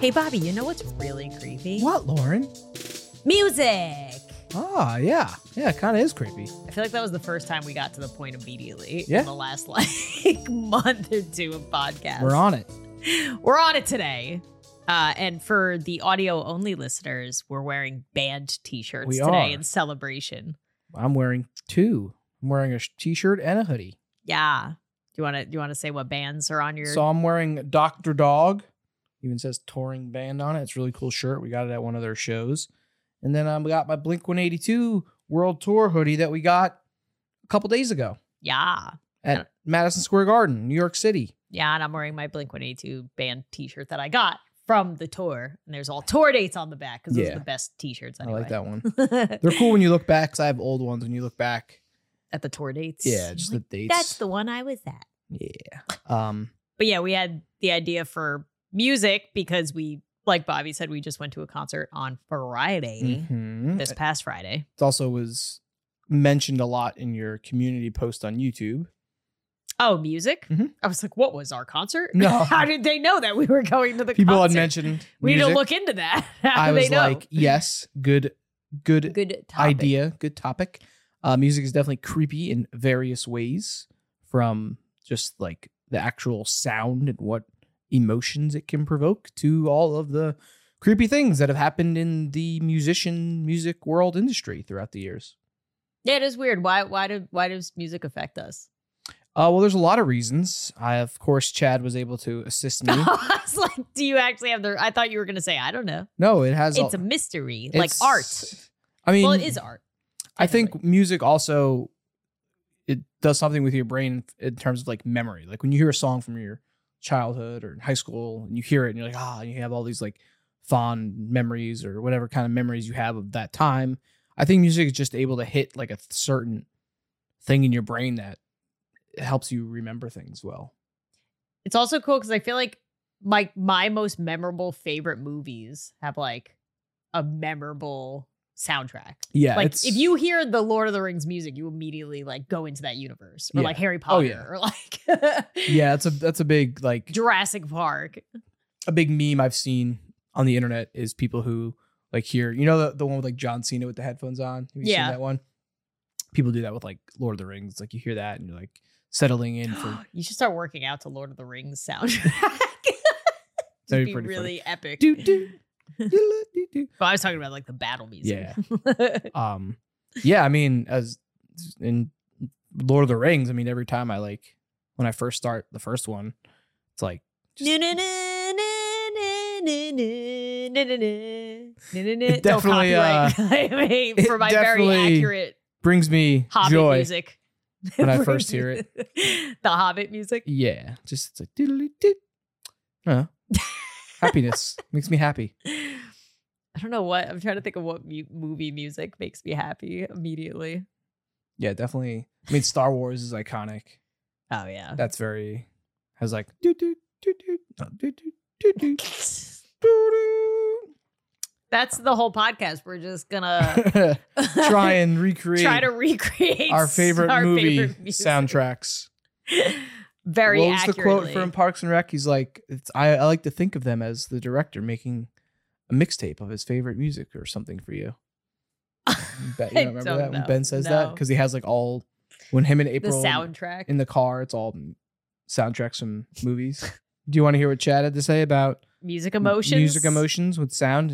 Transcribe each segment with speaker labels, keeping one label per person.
Speaker 1: Hey, Bobby, you know what's really creepy?
Speaker 2: What, Lauren?
Speaker 1: Music.
Speaker 2: Ah, yeah. Yeah, it kind of is creepy.
Speaker 1: I feel like that was the first time we got to the point immediately
Speaker 2: Yeah.
Speaker 1: in the last like month or two of podcast.
Speaker 2: We're on it.
Speaker 1: We're on it today. Uh, and for the audio only listeners, we're wearing band t-shirts
Speaker 2: We
Speaker 1: today
Speaker 2: are.
Speaker 1: in celebration.
Speaker 2: I'm wearing two. I'm wearing a sh- t-shirt and a hoodie.
Speaker 1: Yeah. You want to you want to say what bands are on your
Speaker 2: So I'm wearing Dr. Dog. Even says touring band on it. It's a really cool shirt. We got it at one of their shows. And then I um, we got my Blink 182 World Tour hoodie that we got a couple days ago
Speaker 1: Yeah.
Speaker 2: at Madison Square Garden, New York City.
Speaker 1: Yeah, and I'm wearing my Blink-182 band t-shirt that I got from the tour. And there's all tour dates on the back cuz those
Speaker 2: Yeah.
Speaker 1: are the best t-shirts
Speaker 2: I
Speaker 1: anyway.
Speaker 2: like that one.
Speaker 1: that.
Speaker 2: They're cool when you look back because I have old ones. When you look back,
Speaker 1: At the tour dates.
Speaker 2: yeah,
Speaker 1: You're
Speaker 2: just
Speaker 1: like,
Speaker 2: the dates.
Speaker 1: That's the one I was at.
Speaker 2: yeah. Um,
Speaker 1: But yeah, we had the idea for music because we, like Bobby said, we just went to a concert on Friday,
Speaker 2: mhm.
Speaker 1: this past Friday.
Speaker 2: It also was mentioned a lot in your community post on YouTube.
Speaker 1: Oh, music?
Speaker 2: Mhm.
Speaker 1: I was like, what was our concert?
Speaker 2: No.
Speaker 1: How did they know that we were going to the
Speaker 2: People
Speaker 1: concert?
Speaker 2: had mentioned
Speaker 1: We need to
Speaker 2: music.
Speaker 1: look into that. How
Speaker 2: I
Speaker 1: do
Speaker 2: was
Speaker 1: they know?
Speaker 2: like, yes, good, good,
Speaker 1: good topic.
Speaker 2: idea, good topic. Uh, music is definitely creepy in various ways, from just like the actual sound and what emotions it can provoke to all of the creepy things that have happened in the musician music world industry throughout the years.
Speaker 1: Yeah, it is weird. Why why do why does music affect us?
Speaker 2: Uh, well, there's a lot of reasons. I, of course, Chad was able to assist me.
Speaker 1: I was like, do you actually have the I thought you were gonna say, I don't know.
Speaker 2: No, it has.
Speaker 1: It's a
Speaker 2: all-
Speaker 1: mystery. Like
Speaker 2: it's-
Speaker 1: art.
Speaker 2: I mean,
Speaker 1: well, it is art.
Speaker 2: I think music also it does something with your brain in terms of like memory. Like when you hear a song from your childhood or in high school, and you hear it, and you're like, ah, and you have all these like fond memories or whatever kind of memories you have of that time. I think music is just able to hit like a certain thing in your brain that helps you remember things well.
Speaker 1: It's also cool because I feel like my my most memorable favorite movies have like a memorable soundtrack.
Speaker 2: Yeah,
Speaker 1: like
Speaker 2: it's-
Speaker 1: if you hear the Lord of the Rings music, you immediately like go into that universe, or
Speaker 2: Yeah.
Speaker 1: like Harry Potter,
Speaker 2: Oh, yeah.
Speaker 1: or like
Speaker 2: yeah, that's a that's a big like
Speaker 1: Jurassic Park.
Speaker 2: a big meme I've seen on the internet is people who like hear you know the, the one with like John Cena with the headphones on. Have you
Speaker 1: Yeah.
Speaker 2: seen that one? People do that with like Lord of the Rings. It's Like you hear that and you're like settling in for
Speaker 1: you should start working out to Lord of the Rings soundtrack.
Speaker 2: That'd be
Speaker 1: It'd be
Speaker 2: pretty funny.
Speaker 1: really epic.
Speaker 2: do do. do, do, do.
Speaker 1: But I was talking about like the battle music.
Speaker 2: Um yeah, I mean as in Lord of the Rings, I mean every time I like when I first start the first one, it's like
Speaker 1: It
Speaker 2: definitely, uh,
Speaker 1: I mean,
Speaker 2: it
Speaker 1: for my very
Speaker 2: definitely
Speaker 1: accurate
Speaker 2: brings me
Speaker 1: Hobbit
Speaker 2: joy.
Speaker 1: music.
Speaker 2: when I first hear it.
Speaker 1: the Hobbit music.
Speaker 2: Yeah, just it's like diddly did. Uh, happiness makes me happy.
Speaker 1: I don't know what I'm trying to think of what mu- movie music makes me happy immediately.
Speaker 2: Yeah, definitely. I mean, Star Wars is iconic.
Speaker 1: Oh yeah.
Speaker 2: That's very has like do do do do do do do do.
Speaker 1: That's the whole podcast. We're just gonna
Speaker 2: Try and recreate
Speaker 1: try to recreate
Speaker 2: our favorite
Speaker 1: our
Speaker 2: movie
Speaker 1: favorite music.
Speaker 2: soundtracks.
Speaker 1: Very
Speaker 2: what was
Speaker 1: accurately.
Speaker 2: the quote from Parks and Rec? He's like, it's, I, I like to think of them as the director making a mixtape of his favorite music or something for you.
Speaker 1: I
Speaker 2: Ben, you don't remember
Speaker 1: don't
Speaker 2: that when
Speaker 1: know.
Speaker 2: Ben says
Speaker 1: No.
Speaker 2: that because he has like all when him and
Speaker 1: the
Speaker 2: April
Speaker 1: soundtrack.
Speaker 2: in the car. It's all soundtracks from movies. Do you want to hear what Chad had to say about
Speaker 1: music
Speaker 2: m-
Speaker 1: emotions.
Speaker 2: music emotions with sound?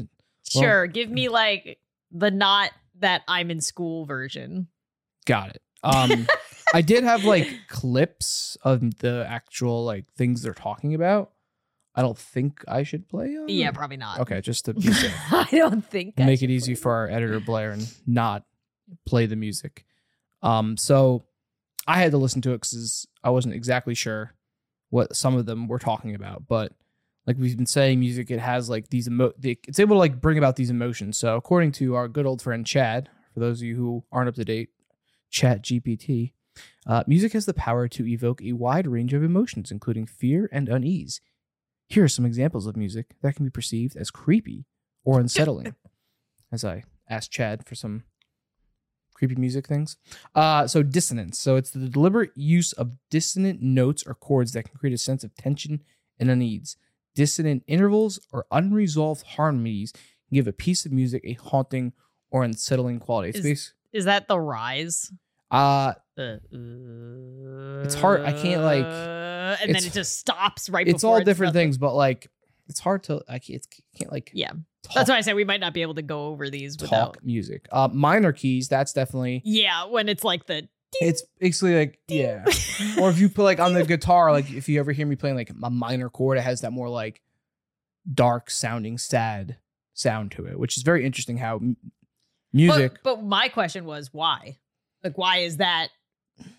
Speaker 2: Well-
Speaker 1: Sure, give me like the not that I'm in school version.
Speaker 2: Got it. Um, I did have like clips of the actual like things they're talking about. I don't think I should play them.
Speaker 1: yeah, probably not.
Speaker 2: Hmm. Okay, just to be safe.
Speaker 1: I don't think. I
Speaker 2: make
Speaker 1: should
Speaker 2: it easy
Speaker 1: play.
Speaker 2: for our editor Blair and not play the music. Um, so I had to listen to it because I wasn't exactly sure what some of them were talking about. But like we've been saying, music it has like these emo- the, it's able to like bring about these emotions. So according to our good old friend Chad, for those of you who aren't up to date, Chat GPT. Uh, music has the power to evoke a wide range of emotions, including fear and unease. Here are some examples of music that can be perceived as creepy or unsettling. as I asked Chad for some creepy music things. Uh, so, dissonance. So, it's the deliberate use of dissonant notes or chords that can create a sense of tension and unease. Dissonant intervals or unresolved harmonies can give a piece of music a haunting or unsettling quality. It's
Speaker 1: Is-
Speaker 2: bas-
Speaker 1: Is that the rise?
Speaker 2: uh,
Speaker 1: The,
Speaker 2: It's hard- I can't, like-
Speaker 1: uh, and then
Speaker 2: it's-
Speaker 1: it just stops right.
Speaker 2: it's
Speaker 1: before
Speaker 2: all different
Speaker 1: does the-
Speaker 2: things, but like it's hard to I can't, it's, can't like
Speaker 1: Yeah,
Speaker 2: talk,
Speaker 1: that's why I said we might not be able to go over these without.
Speaker 2: talk music. Uh, minor keys, that's definitely
Speaker 1: Yeah, when it's like the
Speaker 2: it's basically like yeah. or if you put like on the guitar, like if you ever hear me playing like a minor chord, it has that more like dark sounding, sad sound to it, which is very interesting. How m-
Speaker 1: But-
Speaker 2: music,
Speaker 1: But, my question was why? Like, why is that?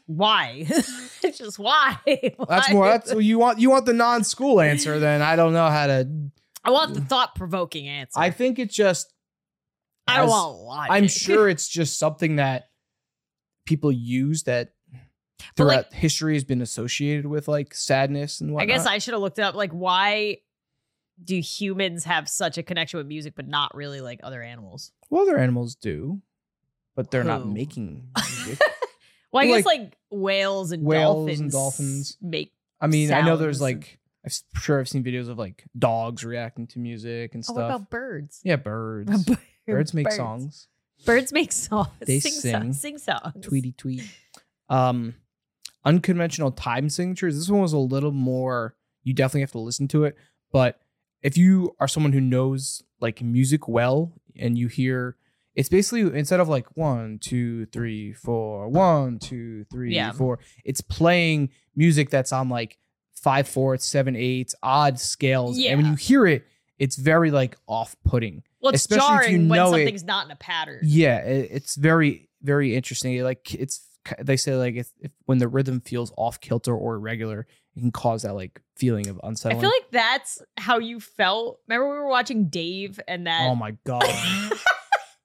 Speaker 1: Why? it's just why?
Speaker 2: that's
Speaker 1: Why
Speaker 2: more.
Speaker 1: is
Speaker 2: That's
Speaker 1: it-
Speaker 2: you want you want the non school answer. Then I don't know how to.
Speaker 1: I want the thought provoking answer.
Speaker 2: Mm. I
Speaker 1: I,
Speaker 2: think it's just
Speaker 1: don't
Speaker 2: as-
Speaker 1: want logic.
Speaker 2: I'm sure it's just something that people use that
Speaker 1: But,
Speaker 2: throughout
Speaker 1: like-
Speaker 2: history has been associated with like sadness and
Speaker 1: I
Speaker 2: whatnot.
Speaker 1: guess I should have looked it up. Like, why do humans have such a connection with music, but not really like other animals?
Speaker 2: well, other animals do, but they're not
Speaker 1: Who?
Speaker 2: making. Music.
Speaker 1: Well, I
Speaker 2: Well,
Speaker 1: guess like, whales and
Speaker 2: whales
Speaker 1: dolphins
Speaker 2: and dolphins.
Speaker 1: make
Speaker 2: I mean, I know there's
Speaker 1: Sounds and-
Speaker 2: like I'm s- sure I've seen videos of like dogs reacting to music and
Speaker 1: Oh,
Speaker 2: stuff.
Speaker 1: what about birds?
Speaker 2: yeah, birds. Birds make songs.
Speaker 1: Birds make songs.
Speaker 2: They
Speaker 1: sing, songs. Sing
Speaker 2: sing.
Speaker 1: songs.
Speaker 2: Tweety tweet. Um, unconventional time signatures. This one was a little more. You definitely have to listen to it, but if you are someone who knows like music well and you hear, it's basically instead of like one, two, three, four, one, two, three,
Speaker 1: Yeah.
Speaker 2: four. It's playing music that's on like five fourths, seven eighths, odd scales, and when
Speaker 1: Yeah.
Speaker 2: you hear it, it's very like off-putting.
Speaker 1: Well, it's
Speaker 2: especially if you
Speaker 1: jarring when
Speaker 2: know it-
Speaker 1: something's not in a pattern.
Speaker 2: Yeah, it, it's very very interesting. It, Like it's they say like if, if when the rhythm feels off kilter or irregular, it can cause that like feeling of
Speaker 1: I
Speaker 2: unsettling.
Speaker 1: feel like that's how you felt. Remember we were watching Dave and that.
Speaker 2: oh my god,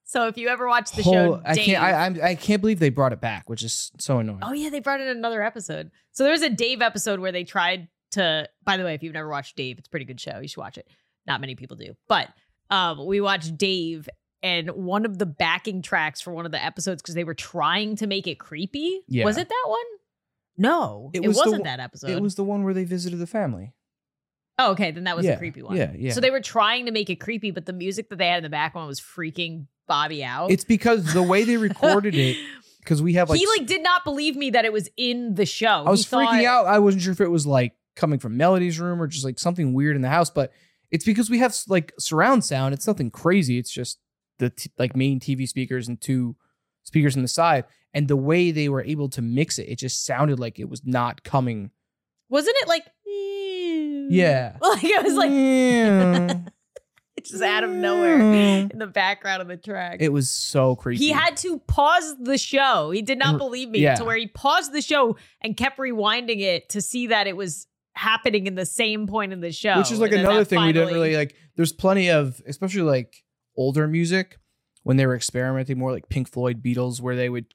Speaker 1: so if you ever watched the
Speaker 2: Whole-
Speaker 1: show, Dave,
Speaker 2: I can't I I'm, I can't believe they brought it back, which is so annoying.
Speaker 1: oh yeah, they brought in another episode. So there was a Dave episode where they tried to. By the way, if you've never watched Dave, it's a pretty good show. You should watch it. Not many people do, but um, we watched Dave and one of the backing tracks for one of the episodes because they were trying to make it creepy.
Speaker 2: Yeah.
Speaker 1: Was it that one? No,
Speaker 2: It
Speaker 1: it,
Speaker 2: was the
Speaker 1: was not
Speaker 2: one-
Speaker 1: that episode.
Speaker 2: It was the one where they visited the family.
Speaker 1: Oh, okay. Then that was
Speaker 2: yeah,
Speaker 1: the creepy one.
Speaker 2: Yeah, yeah.
Speaker 1: So they were trying to make it creepy, but the music that they had in the background was freaking Bobby out.
Speaker 2: it's because the way they recorded it, because we have like,
Speaker 1: he like did not believe me that it was in the show.
Speaker 2: I was
Speaker 1: Oh, He thought-
Speaker 2: freaking out. I wasn't sure if it was like coming from Melody's room or just like something weird in the house, but it's because we have like surround sound. It's nothing crazy. It's just the t- like main TV speakers and two speakers on the side. And the way they were able to mix it, it just sounded like it was not coming.
Speaker 1: Wasn't it like?
Speaker 2: Yeah.
Speaker 1: Like it was like
Speaker 2: Yeah.
Speaker 1: it's just out of nowhere in the background of the track.
Speaker 2: It was so creepy.
Speaker 1: he had to pause the show. He did not
Speaker 2: And-
Speaker 1: believe me
Speaker 2: yeah.
Speaker 1: to where he paused the show and kept rewinding it to see that it was happening in the same point in the show.
Speaker 2: which is like
Speaker 1: And then
Speaker 2: another
Speaker 1: that
Speaker 2: thing we didn't
Speaker 1: finally-
Speaker 2: really like there's plenty of especially like older music when they were experimenting more like pink floyd beatles where they would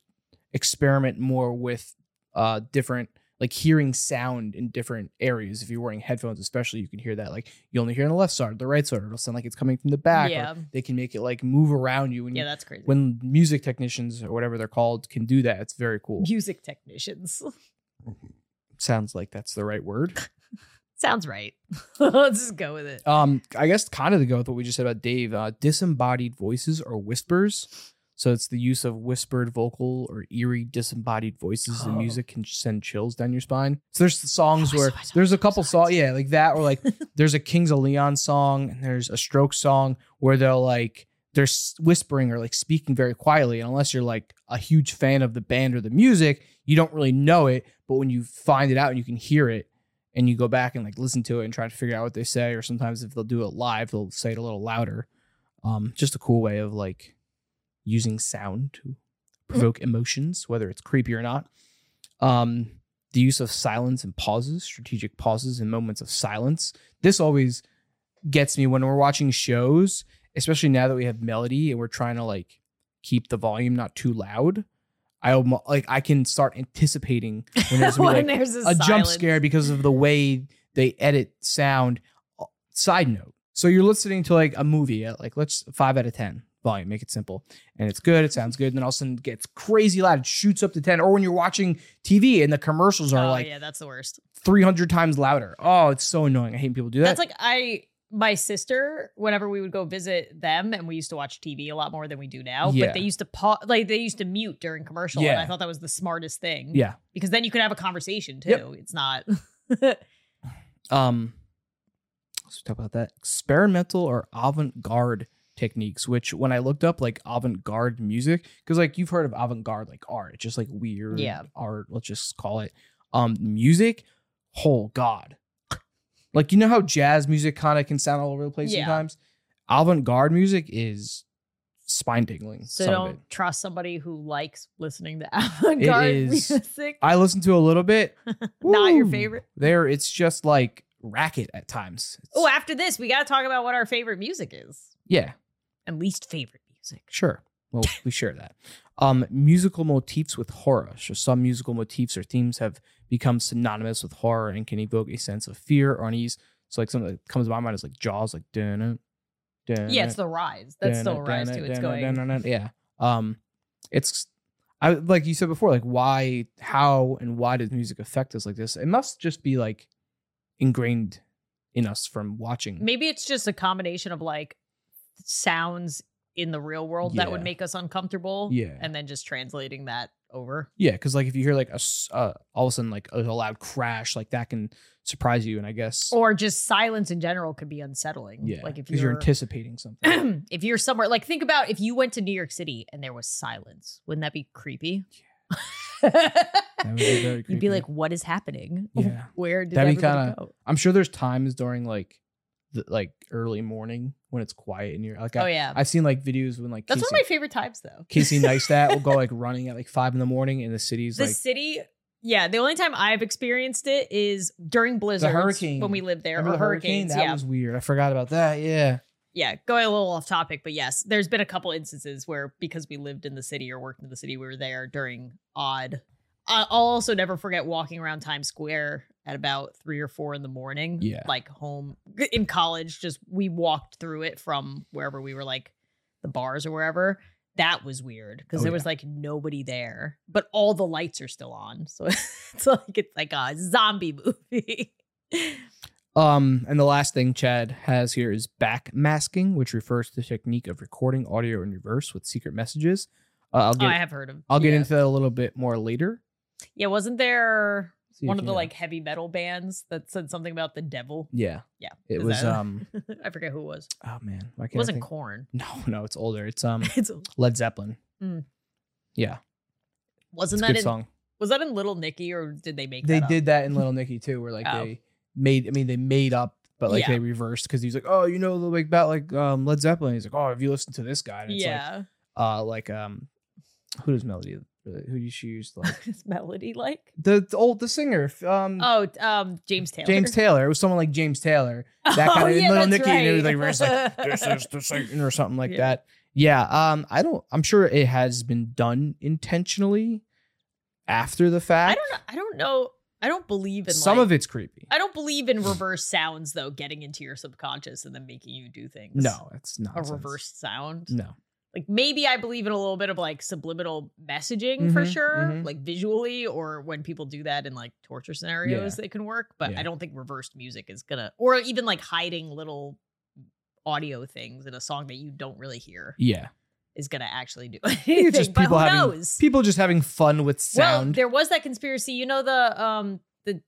Speaker 2: experiment more with uh different like hearing sound in different areas if you're wearing headphones especially you can hear that like you only hear on the left side or the right side or it'll sound like it's coming from the back or
Speaker 1: Yeah.
Speaker 2: they can make it like move around you when
Speaker 1: Yeah,
Speaker 2: you,
Speaker 1: that's crazy.
Speaker 2: when music technicians or whatever they're called can do that it's very cool
Speaker 1: music technicians.
Speaker 2: sounds like that's the right word
Speaker 1: Sounds right. Let's just go with it.
Speaker 2: Um, I guess kind of to go with what we just said about Dave, uh, disembodied voices or whispers. So it's the use of whispered vocal or eerie disembodied voices in
Speaker 1: Oh.
Speaker 2: music can send chills down your spine. So there's the songs
Speaker 1: Voice,
Speaker 2: where
Speaker 1: voice,
Speaker 2: there's a
Speaker 1: voice,
Speaker 2: couple
Speaker 1: voice.
Speaker 2: songs, yeah, like that, or like there's a Kings of Leon song and there's a Stroke song where they'll like they're s- whispering or like speaking very quietly. And unless you're like a huge fan of the band or the music, you don't really know it. But when you find it out and you can hear it and you go back and like listen to it and try to figure out what they say, or sometimes if they'll do it live, they'll say it a little louder. Um, just a cool way of like using sound to provoke emotions, whether it's creepy or not. Um, the use of silence and pauses, strategic pauses and moments of silence. This always gets me when we're watching shows, especially now that we have melody and we're trying to like keep the volume not too loud. I almo- like I can start anticipating when there's, gonna be,
Speaker 1: when
Speaker 2: like,
Speaker 1: there's a,
Speaker 2: a jump
Speaker 1: silence.
Speaker 2: scare because of the way they edit sound. Uh, Side note. So you're listening to like a movie at like let's five out of ten volume, make it simple. And it's good, it sounds good, and then all of a sudden it gets crazy loud, it shoots up to 10. Or when you're watching TV and the commercials are
Speaker 1: oh,
Speaker 2: like
Speaker 1: yeah, that's the worst.
Speaker 2: 300 times louder. Oh, it's so annoying. I hate when people do that.
Speaker 1: That's like I my sister whenever we would go visit them and we used to watch TV a lot more than we do now
Speaker 2: Yeah.
Speaker 1: but they used to pause like they used to mute during commercial and I
Speaker 2: Yeah.
Speaker 1: thought that was the smartest thing
Speaker 2: yeah.
Speaker 1: because then you could have a conversation too
Speaker 2: Yep.
Speaker 1: it's not
Speaker 2: Um let's talk about that. Experimental or avant-garde techniques, which when I looked up like avant-garde music, because like you've heard of avant-garde like art, it's just like weird
Speaker 1: Yeah.
Speaker 2: art, let's just call it. Um music, oh god. Like you know how jazz music kind of can sound all over the place
Speaker 1: Yeah.
Speaker 2: sometimes? Avant-garde music is spine tingling.
Speaker 1: so
Speaker 2: some of it.
Speaker 1: don't trust somebody who likes listening to avant-garde
Speaker 2: is-
Speaker 1: music
Speaker 2: I listened to a little bit.
Speaker 1: Not your
Speaker 2: Ooh,
Speaker 1: favorite?
Speaker 2: There, it's just like racket at times. It's-
Speaker 1: oh after this we got to talk about what our favorite music is
Speaker 2: yeah,
Speaker 1: and least favorite music
Speaker 2: sure. Well, we share that. Um, musical motifs with horror. So some musical motifs or themes have become synonymous with horror and can evoke a sense of fear or unease. So like something that comes to my mind is like Jaws, like dun dun. dun-
Speaker 1: yeah it's the rise that's still a rise too it's going
Speaker 2: Yeah. Um, it's I like you said before, like why, how, and why does music affect us like this? It must just be like ingrained in us from watching.
Speaker 1: maybe it's just a combination of like sounds in the real world that would
Speaker 2: Yeah.
Speaker 1: make us uncomfortable
Speaker 2: Yeah.
Speaker 1: and then just translating that over
Speaker 2: Yeah, because like if you hear like a s- uh, all of a sudden like a, a loud crash, like that can surprise you, and I guess
Speaker 1: or just silence in general could be unsettling
Speaker 2: yeah,
Speaker 1: like if
Speaker 2: 'cause
Speaker 1: you're,
Speaker 2: anticipating something.
Speaker 1: if you're somewhere like think about if you went to new york city and there was silence wouldn't that be creepy
Speaker 2: would be very
Speaker 1: you'd be
Speaker 2: creepy.
Speaker 1: like what is happening
Speaker 2: Yeah.
Speaker 1: where did
Speaker 2: That'd be
Speaker 1: everybody
Speaker 2: kinda-
Speaker 1: go
Speaker 2: I'm sure there's times during like the like early morning when it's quiet and you're like
Speaker 1: oh
Speaker 2: I,
Speaker 1: yeah
Speaker 2: I've seen like videos when like
Speaker 1: that's
Speaker 2: Casey,
Speaker 1: one of my favorite times though
Speaker 2: Casey Neistat will go like running at like five in the morning, and the city's
Speaker 1: the
Speaker 2: like
Speaker 1: city yeah the only time i've experienced it is during blizzards
Speaker 2: hurricane.
Speaker 1: when we lived there
Speaker 2: Remember
Speaker 1: or
Speaker 2: the hurricane?
Speaker 1: hurricanes
Speaker 2: That
Speaker 1: yeah
Speaker 2: was weird. I forgot about that. Yeah.
Speaker 1: yeah going a little off topic but yes there's been a couple instances where because we lived in the city or worked in the city we were there during odd I- i'll also never forget walking around times square at about three or four in the morning
Speaker 2: Yeah.
Speaker 1: like home in college just we walked through it from wherever we were like the bars or wherever that was weird because
Speaker 2: Oh,
Speaker 1: there was like nobody there but all the lights are still on so it's like it's like a zombie movie
Speaker 2: Um, and the last thing Chad has here is backmasking, which refers to the technique of recording audio in reverse with secret messages. Uh, I'll
Speaker 1: oh, i
Speaker 2: get
Speaker 1: have heard of
Speaker 2: I'll get
Speaker 1: yeah.
Speaker 2: into that a little bit more later.
Speaker 1: yeah wasn't there
Speaker 2: See if
Speaker 1: one of
Speaker 2: you
Speaker 1: the
Speaker 2: know.
Speaker 1: like heavy metal bands that said something about the devil.
Speaker 2: yeah
Speaker 1: Yeah,
Speaker 2: it
Speaker 1: is
Speaker 2: was
Speaker 1: that-
Speaker 2: um
Speaker 1: I forget who it was.
Speaker 2: oh man why can't
Speaker 1: It wasn't
Speaker 2: I think?
Speaker 1: Corn.
Speaker 2: no no it's older it's um
Speaker 1: It's,
Speaker 2: Led Zeppelin
Speaker 1: Mm.
Speaker 2: yeah
Speaker 1: wasn't
Speaker 2: it's a
Speaker 1: that
Speaker 2: good
Speaker 1: in,
Speaker 2: song
Speaker 1: was that in Little Nicky or did they make
Speaker 2: they
Speaker 1: that up?
Speaker 2: did that in Little Nicky too, where like
Speaker 1: Oh.
Speaker 2: they made. I mean, they made up, but like
Speaker 1: Yeah.
Speaker 2: they reversed because he's like, oh, you know, like about like um, Led Zeppelin. He's like, oh, have you listened to this guy? And it's
Speaker 1: Yeah,
Speaker 2: like, uh, like um, who does Melody? Who does she use? Like
Speaker 1: Is melody like
Speaker 2: the, the old the singer, f- um,
Speaker 1: oh t- um James Taylor.
Speaker 2: James Taylor. It was someone like James Taylor. That
Speaker 1: Oh,
Speaker 2: kind of
Speaker 1: yeah,
Speaker 2: Little
Speaker 1: that's
Speaker 2: Nicky, and it was like
Speaker 1: right.
Speaker 2: reversed, like this is the Satan or something like
Speaker 1: Yeah.
Speaker 2: that. Yeah, um, I don't. I'm sure it has been done intentionally after the fact.
Speaker 1: I don't know. I don't know. I don't believe in
Speaker 2: Some
Speaker 1: like,
Speaker 2: of it's creepy.
Speaker 1: I don't believe in reverse sounds though, getting into your subconscious and then making you do things.
Speaker 2: No, it's not
Speaker 1: a reverse sound.
Speaker 2: No.
Speaker 1: like maybe I believe in a little bit of like subliminal messaging for
Speaker 2: Mhm,
Speaker 1: sure,
Speaker 2: mhm.
Speaker 1: like visually, or when people do that in like torture scenarios, they can work. But
Speaker 2: Yeah.
Speaker 1: I don't think reversed music is gonna, or even like hiding little audio things in a song that you don't really hear
Speaker 2: Yeah.
Speaker 1: is gonna actually do
Speaker 2: think
Speaker 1: anything.
Speaker 2: it's just
Speaker 1: but
Speaker 2: people
Speaker 1: who
Speaker 2: having
Speaker 1: knows?
Speaker 2: people just having fun with
Speaker 1: Well,
Speaker 2: sound.
Speaker 1: there was that conspiracy. You know the um the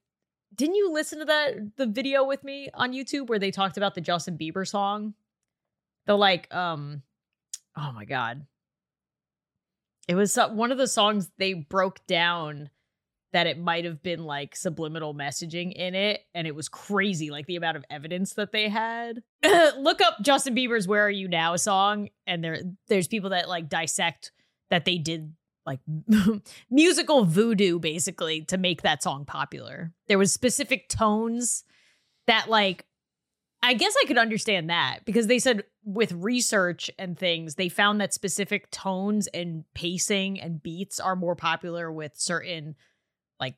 Speaker 1: didn't you listen to that the video with me on YouTube where they talked about the Justin Bieber song? The like um oh my god it was so- one of the songs they broke down that it might have been like subliminal messaging in it and it was crazy like the amount of evidence that they had look up justin bieber's where are you now song and there there's people that like dissect that they did like musical voodoo basically to make that song popular there was specific tones that like I guess I could understand that because they said with research and things, they found that specific tones and pacing and beats are more popular with certain like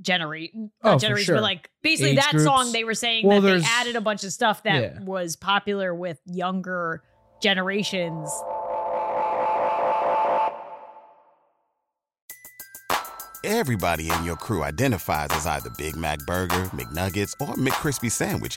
Speaker 1: generate
Speaker 2: Oh,
Speaker 1: not
Speaker 2: for
Speaker 1: generation,
Speaker 2: sure.
Speaker 1: but like basically
Speaker 2: Age
Speaker 1: that song
Speaker 2: groups.
Speaker 1: they were saying
Speaker 2: Well,
Speaker 1: that they
Speaker 2: there's-
Speaker 1: added a bunch of stuff that
Speaker 2: Yeah.
Speaker 1: was popular with younger generations.
Speaker 3: Everybody in your crew identifies as either Big Mac Burger, McNuggets, or McCrispy Sandwich.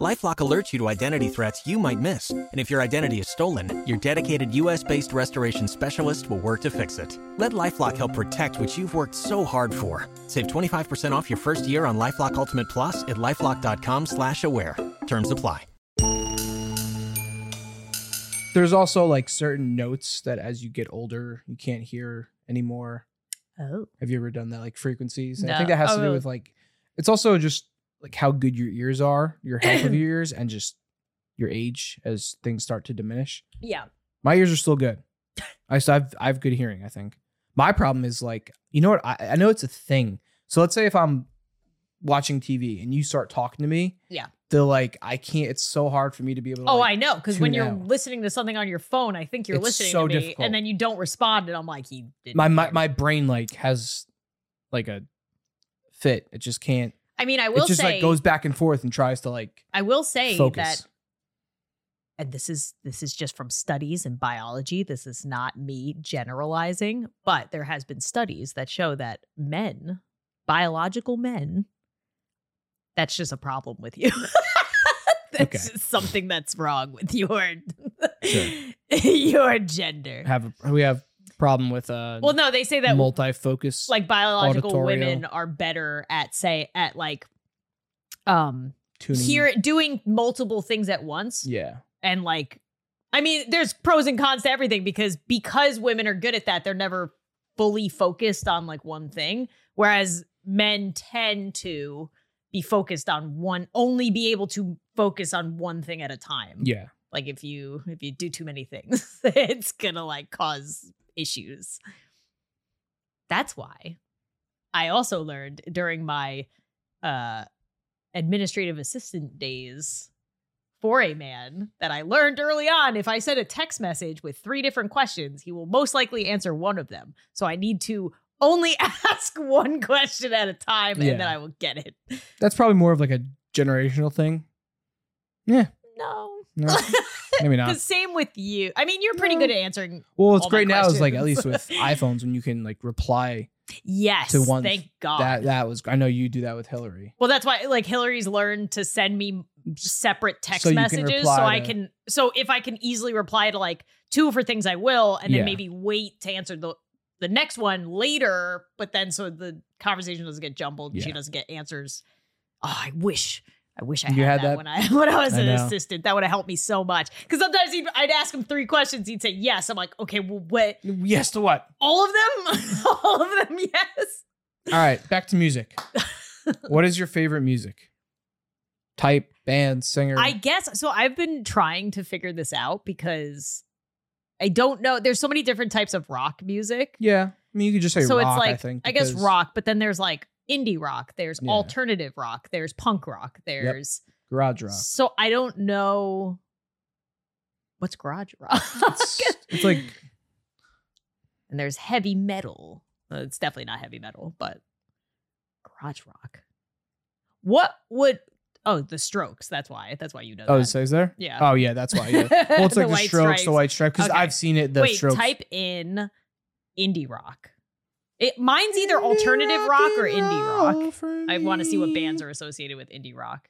Speaker 4: Lifelock alerts you to identity threats you might miss. And if your identity is stolen, your dedicated US based restoration specialist will work to fix it. Let Lifelock help protect what you've worked so hard for. Save 25% off your first year on Lifelock Ultimate Plus at lifelock.com slash aware. Terms apply.
Speaker 2: There's also like certain notes that as you get older, you can't hear anymore.
Speaker 1: Oh.
Speaker 2: Have you ever done that? Like frequencies? And I
Speaker 1: No.
Speaker 2: think that has
Speaker 1: Oh,
Speaker 2: to do
Speaker 1: really?
Speaker 2: with like, it's also just like how good your ears are, your health of your ears, and just your age as things start to diminish.
Speaker 1: Yeah.
Speaker 2: My ears are still good. I still have I have good hearing, I think. My problem is like, you know what? I, I know it's a thing. So let's say if I'm watching TV and you start talking to me,
Speaker 1: Yeah.
Speaker 2: they're like, I can't. It's so hard for me to be able to.
Speaker 1: Oh,
Speaker 2: like-
Speaker 1: I know. Because when
Speaker 2: tune
Speaker 1: you're
Speaker 2: out.
Speaker 1: listening to something on your phone, I think you're
Speaker 2: It's
Speaker 1: listening
Speaker 2: so
Speaker 1: to me
Speaker 2: difficult.
Speaker 1: and then you don't respond. And I'm like, he didn't
Speaker 2: my, my
Speaker 1: care.
Speaker 2: my brain like has like a fit. It just can't.
Speaker 1: I mean, I will
Speaker 2: It just
Speaker 1: say
Speaker 2: like goes back and forth and tries to like
Speaker 1: I will say that
Speaker 2: focus.
Speaker 1: and this is this is just from studies in biology this is not me generalizing but there has been studies that show that men biological men that's just a problem with you that's
Speaker 2: Okay.
Speaker 1: just something that's wrong with your
Speaker 2: Sure.
Speaker 1: your gender
Speaker 2: Have a, we have problem with uh
Speaker 1: well no they say that
Speaker 2: multi focus
Speaker 1: like biological
Speaker 2: auditorio.
Speaker 1: women are better at say at like um
Speaker 2: tuning.
Speaker 1: hear doing multiple things at once
Speaker 2: Yeah.
Speaker 1: and like i mean there's pros and cons to everything because because women are good at that they're never fully focused on like one thing whereas men tend to be focused on one only be able to focus on one thing at a time
Speaker 2: Yeah.
Speaker 1: like if you if you do too many things it's gonna like cause issues that's why i also learned during my uh administrative assistant days for a man that i learned early on if i send a text message with three different questions he will most likely answer one of them so i need to only ask one question at a time
Speaker 2: Yeah.
Speaker 1: and then i will get it
Speaker 2: That's probably more of like a generational thing. Yeah.
Speaker 1: no,
Speaker 2: No. Maybe
Speaker 1: the
Speaker 2: not.
Speaker 1: same with you i mean you're pretty
Speaker 2: No.
Speaker 1: good at answering
Speaker 2: Well, what's
Speaker 1: all my
Speaker 2: great now is like at least
Speaker 1: questions.
Speaker 2: with iPhones when you can like reply.
Speaker 1: Yes.
Speaker 2: to one-
Speaker 1: thank God.
Speaker 2: That that was I know you do that with Hillary.
Speaker 1: well, that's why like Hillary's learned to send me separate text
Speaker 2: So you can
Speaker 1: messages so
Speaker 2: reply
Speaker 1: I
Speaker 2: to-
Speaker 1: can so if I can easily reply to like two of her things I will and then
Speaker 2: Yeah.
Speaker 1: maybe wait to answer the the next one later, but then so the conversation doesn't get jumbled and she
Speaker 2: Yeah.
Speaker 1: doesn't get answers. Oh, I wish I wish I had,
Speaker 2: You had
Speaker 1: that,
Speaker 2: that?
Speaker 1: when I when I was
Speaker 2: I
Speaker 1: an
Speaker 2: know.
Speaker 1: assistant. That would have helped me so much. Because sometimes he'd, I'd ask him three questions, he'd say yes. I'm like, okay, well, what?
Speaker 2: Yes to what?
Speaker 1: All of them? All of them? Yes.
Speaker 2: All right, back to music. what is your favorite music? Type, band, singer.
Speaker 1: I guess so. I've been trying to figure this out because I don't know. There's so many different types of rock music.
Speaker 2: yeah. I mean, you could just say
Speaker 1: so
Speaker 2: rock.
Speaker 1: it's like
Speaker 2: I think
Speaker 1: guess
Speaker 2: because
Speaker 1: rock, but then there's like indie rock, there's
Speaker 2: Yeah.
Speaker 1: alternative rock, there's punk rock, there's
Speaker 2: garage rock.
Speaker 1: so I don't know what's garage rock.
Speaker 2: It's, it's like
Speaker 1: and there's heavy metal. Uh, It's definitely not heavy metal, but garage rock. What would oh the strokes? That's why. That's why you know.
Speaker 2: Oh, it
Speaker 1: that.
Speaker 2: says there.
Speaker 1: Yeah.
Speaker 2: Oh yeah, that's why. Yeah. Well, it's
Speaker 1: The
Speaker 2: like the,
Speaker 1: White
Speaker 2: strokes, the
Speaker 1: Stripes.
Speaker 2: white stripe, because
Speaker 1: Okay.
Speaker 2: I've seen it. The
Speaker 1: Wait,
Speaker 2: strokes.
Speaker 1: type in indie rock. It mine's either alternative rock or indie rock. I want to see what bands are associated with indie rock.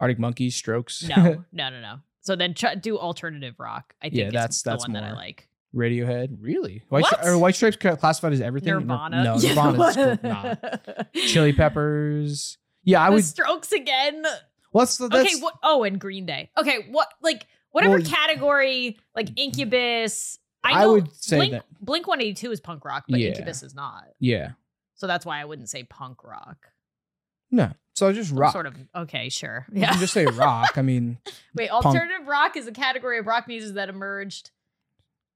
Speaker 2: Arctic Monkeys, Strokes,
Speaker 1: No, no, no, no. So then try, do alternative rock. I think
Speaker 2: Yeah,
Speaker 1: is
Speaker 2: that's-
Speaker 1: the
Speaker 2: that's
Speaker 1: one that I
Speaker 2: more
Speaker 1: like.
Speaker 2: Radiohead. Really? White
Speaker 1: What?
Speaker 2: Stri- or white stripes ca- classified as everything? No,
Speaker 1: Nirvana.
Speaker 2: No,
Speaker 1: Yeah.
Speaker 2: Nirvana's cool. nah. Chili Peppers. Yeah, I
Speaker 1: the
Speaker 2: would.
Speaker 1: Strokes again.
Speaker 2: What's the that's,
Speaker 1: okay. What? Oh, and Green Day. Okay. What? Like whatever
Speaker 2: Well, Mm-hmm.
Speaker 1: category. Like Incubus. I,
Speaker 2: I
Speaker 1: know
Speaker 2: would say
Speaker 1: Blink,
Speaker 2: that-
Speaker 1: Blink One Eighty Two is punk rock, but
Speaker 2: Yeah.
Speaker 1: Incubus is not.
Speaker 2: Yeah,
Speaker 1: So that's why I wouldn't say punk rock.
Speaker 2: no. So just
Speaker 1: Some
Speaker 2: rock.
Speaker 1: Sort of. Okay. Sure.
Speaker 2: You
Speaker 1: Yeah.
Speaker 2: can just say rock. I mean,
Speaker 1: Wait, alternative rock is a category of rock music that emerged.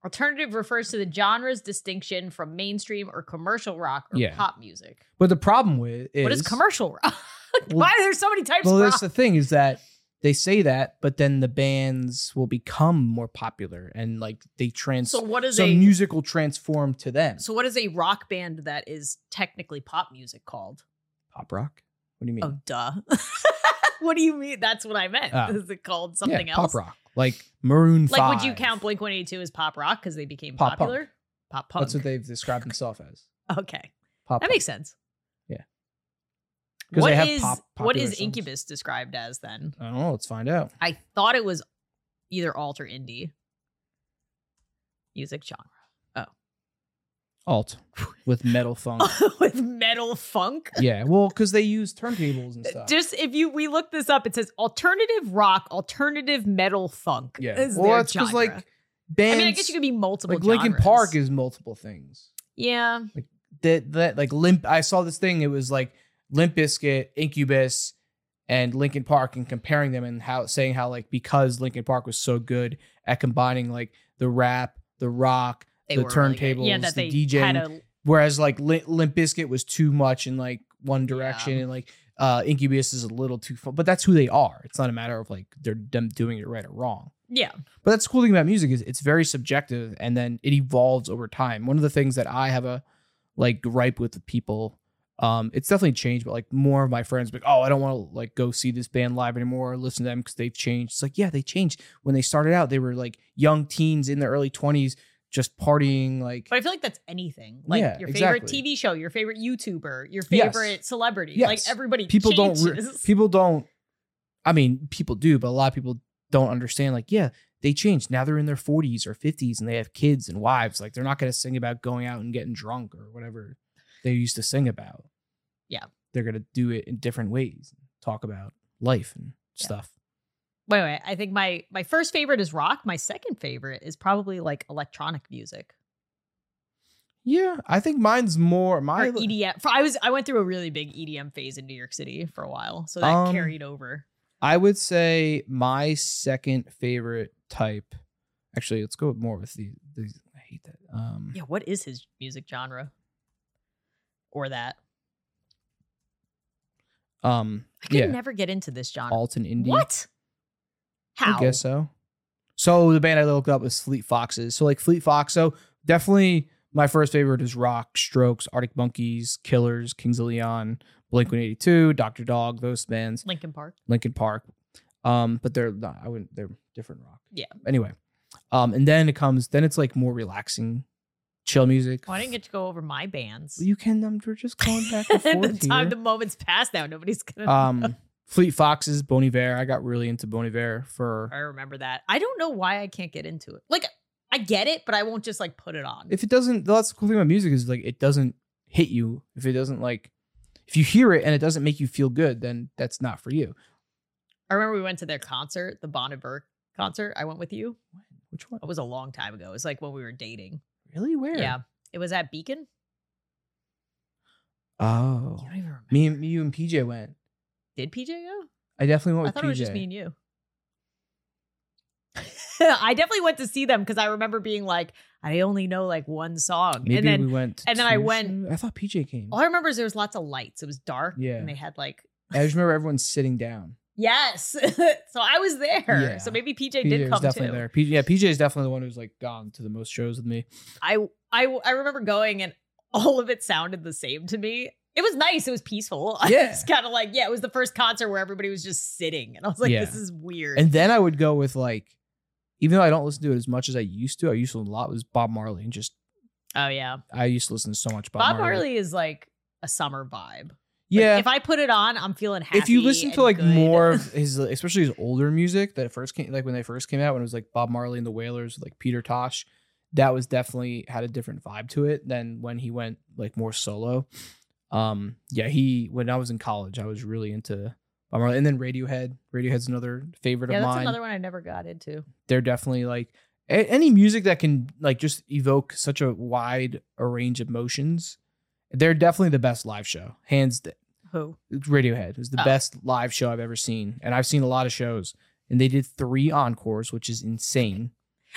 Speaker 1: Alternative refers to the genre's distinction from mainstream or commercial rock or
Speaker 2: Yeah.
Speaker 1: pop music.
Speaker 2: but the problem with it is
Speaker 1: what is commercial rock?
Speaker 2: Well-
Speaker 1: Why are there so many types
Speaker 2: Well,
Speaker 1: of
Speaker 2: that's
Speaker 1: rock?
Speaker 2: the thing is that they say that, but then the bands will become more popular and like they trans.
Speaker 1: so what is
Speaker 2: so
Speaker 1: a
Speaker 2: music will transform to them.
Speaker 1: so what is a rock band that is technically pop music called?
Speaker 2: Pop rock. What do you mean?
Speaker 1: Oh, duh. what do you mean? That's what I meant.
Speaker 2: Ah.
Speaker 1: is it called something
Speaker 2: yeah,
Speaker 1: else?
Speaker 2: Pop rock, like Maroon
Speaker 1: Like,
Speaker 2: Five.
Speaker 1: would you count Blink One Eighty Two as pop rock because they became
Speaker 2: Pop punk.
Speaker 1: popular? Pop punk.
Speaker 2: That's what they've described themselves as.
Speaker 1: okay,
Speaker 2: Pop.
Speaker 1: that makes sense.
Speaker 2: because
Speaker 1: What
Speaker 2: they have
Speaker 1: is-
Speaker 2: pop.
Speaker 1: what
Speaker 2: popular
Speaker 1: is
Speaker 2: songs.
Speaker 1: Incubus described as then?
Speaker 2: I don't know. Let's find out.
Speaker 1: I thought it was either alt or indie music genre
Speaker 2: Alt with metal funk.
Speaker 1: with metal funk.
Speaker 2: yeah, well, because they use turntables and stuff.
Speaker 1: Just if you we look this up, it says alternative rock, alternative metal funk.
Speaker 2: yeah,
Speaker 1: is
Speaker 2: well,
Speaker 1: their
Speaker 2: that's because
Speaker 1: genre.
Speaker 2: like bands.
Speaker 1: I mean, I guess you could be multiple.
Speaker 2: like Linkin
Speaker 1: genres.
Speaker 2: Park is multiple things.
Speaker 1: yeah,
Speaker 2: That that like limp. I saw this thing. It was like Limp Bizkit, Incubus, and Linkin Park, and comparing them and how saying how like because Linkin Park was so good at combining like the rap, the rock,
Speaker 1: they
Speaker 2: the
Speaker 1: were really good. yeah,
Speaker 2: turntables,
Speaker 1: that
Speaker 2: the
Speaker 1: they had
Speaker 2: DJing,
Speaker 1: a-
Speaker 2: whereas like Lim- Limp Bizkit was too much in like one direction,
Speaker 1: Yeah.
Speaker 2: and like uh Incubus is a little too. Fun, but that's who they are. It's not a matter of like they're them doing it right or wrong.
Speaker 1: yeah,
Speaker 2: But that's the cool thing about music is it's very subjective, and then it evolves over time. One of the things that I have a like gripe with the people, um, it's definitely changed. But like more of my friends, be like, oh, I don't want to like go see this band live anymore or listen to them because they've changed. It's like yeah, they changed when they started out. They were like young teens in their early twenties, just partying like
Speaker 1: but I feel like that's anything. Like
Speaker 2: Yeah,
Speaker 1: your favorite
Speaker 2: exactly.
Speaker 1: TV show, your favorite YouTuber, your
Speaker 2: Yes.
Speaker 1: favorite celebrity.
Speaker 2: Yes.
Speaker 1: Like everybody,
Speaker 2: people
Speaker 1: changes.
Speaker 2: don't re- people don't i mean people do but a lot of people don't understand like yeah they changed now they're in their 40s or 50s and they have kids and wives like they're not going to sing about going out and getting drunk or whatever they used to sing about
Speaker 1: Yeah.
Speaker 2: they're going to do it in different ways talk about life and stuff
Speaker 1: Wait, wait. I think my my first favorite is rock. My second favorite is probably like electronic music
Speaker 2: yeah i think mine's more my
Speaker 1: or E EDM. For, I was I went through a really big EDM phase in New York City for a while, so that
Speaker 2: Um,
Speaker 1: carried over.
Speaker 2: I would say my second favorite type actually let's go with more with the, the i hate that um
Speaker 1: Yeah, what is his music genre? Or that
Speaker 2: um
Speaker 1: I could
Speaker 2: yeah
Speaker 1: never get into this genre.
Speaker 2: alt and indie
Speaker 1: What? How?
Speaker 2: I guess so. So the band I looked up was Fleet Foxes. So like Fleet Fox. So definitely my first favorite is Rock, Strokes, Arctic Monkeys, Killers, Kings of Leon, Blink One Eighty Two, Doctor Dog, those bands,
Speaker 1: Linkin Park.
Speaker 2: Linkin Park. Um, but they're not. I wouldn't. They're different rock.
Speaker 1: Yeah.
Speaker 2: Anyway, um, and then it comes. Then it's like more relaxing, chill music.
Speaker 1: Oh, I didn't get to go over my bands.
Speaker 2: You can. Um, we're just going back and forth
Speaker 1: the time
Speaker 2: here.
Speaker 1: the moment's passed now. Nobody's gonna.
Speaker 2: um, Fleet Foxes, Bon Iver. I got really into Bon Iver for
Speaker 1: I remember that. I don't know why I can't get into it. Like I get it, but I won't just like put it on.
Speaker 2: if it doesn't that's the cool thing about music is like it doesn't hit you if it doesn't like if you hear it and it doesn't make you feel good then that's not for you
Speaker 1: I remember we went to their concert, the Bon Iver concert. I went with you.
Speaker 2: which one
Speaker 1: It was a long time ago. It was like when we were dating.
Speaker 2: really where
Speaker 1: Yeah. It was at Beacon.
Speaker 2: oh
Speaker 1: You don't even remember.
Speaker 2: me and you and pj went
Speaker 1: Did PJ go?
Speaker 2: i definitely
Speaker 1: I
Speaker 2: went
Speaker 1: thought
Speaker 2: with
Speaker 1: it was
Speaker 2: pj
Speaker 1: just me and you. I definitely went to see them because I remember being like, I only know like one song.
Speaker 2: maybe
Speaker 1: and then
Speaker 2: we went
Speaker 1: and then I
Speaker 2: to-
Speaker 1: went- Oh,
Speaker 2: i thought pj came
Speaker 1: all I remember is there was lots of lights. It was dark.
Speaker 2: Yeah.
Speaker 1: And they had like,
Speaker 2: i just remember everyone sitting down
Speaker 1: yes. so I was there.
Speaker 2: Yeah.
Speaker 1: So maybe PJ,
Speaker 2: pj
Speaker 1: did
Speaker 2: was
Speaker 1: come
Speaker 2: definitely
Speaker 1: too.
Speaker 2: there PJ, yeah pj is definitely the one who's like gone to the most shows with me
Speaker 1: I, I I remember going and all of it sounded the same to me. It It was nice. It was peaceful.
Speaker 2: Yeah.
Speaker 1: it's kind of like yeah. It was the first concert where everybody was just sitting, and I was like,
Speaker 2: Yeah.
Speaker 1: this is weird.
Speaker 2: And then I would go with like, even though I don't listen to it as much as I used to, I used to a lot was Bob Marley and just
Speaker 1: oh yeah,
Speaker 2: I used to listen to so much Bob,
Speaker 1: Bob Marley is like a summer vibe. Like,
Speaker 2: Yeah.
Speaker 1: if I put it on, I'm feeling happy.
Speaker 2: if you listen
Speaker 1: and
Speaker 2: to like
Speaker 1: good.
Speaker 2: more of his especially his older music that first came like when they first came out when it was like bob marley and the wailers like peter tosh that was definitely had a different vibe to it than when he went like more solo um yeah he when i was in college i was really into bob marley and then radiohead radiohead's another favorite
Speaker 1: yeah,
Speaker 2: of
Speaker 1: that's
Speaker 2: mine
Speaker 1: another one I never got into.
Speaker 2: they're definitely like a- any music that can like just evoke such a wide a range of emotions they're definitely the best live show hands d-
Speaker 1: Who?
Speaker 2: Radiohead is the
Speaker 1: Oh.
Speaker 2: best live show I've ever seen, and I've seen a lot of shows. And they did three encores, which is insane.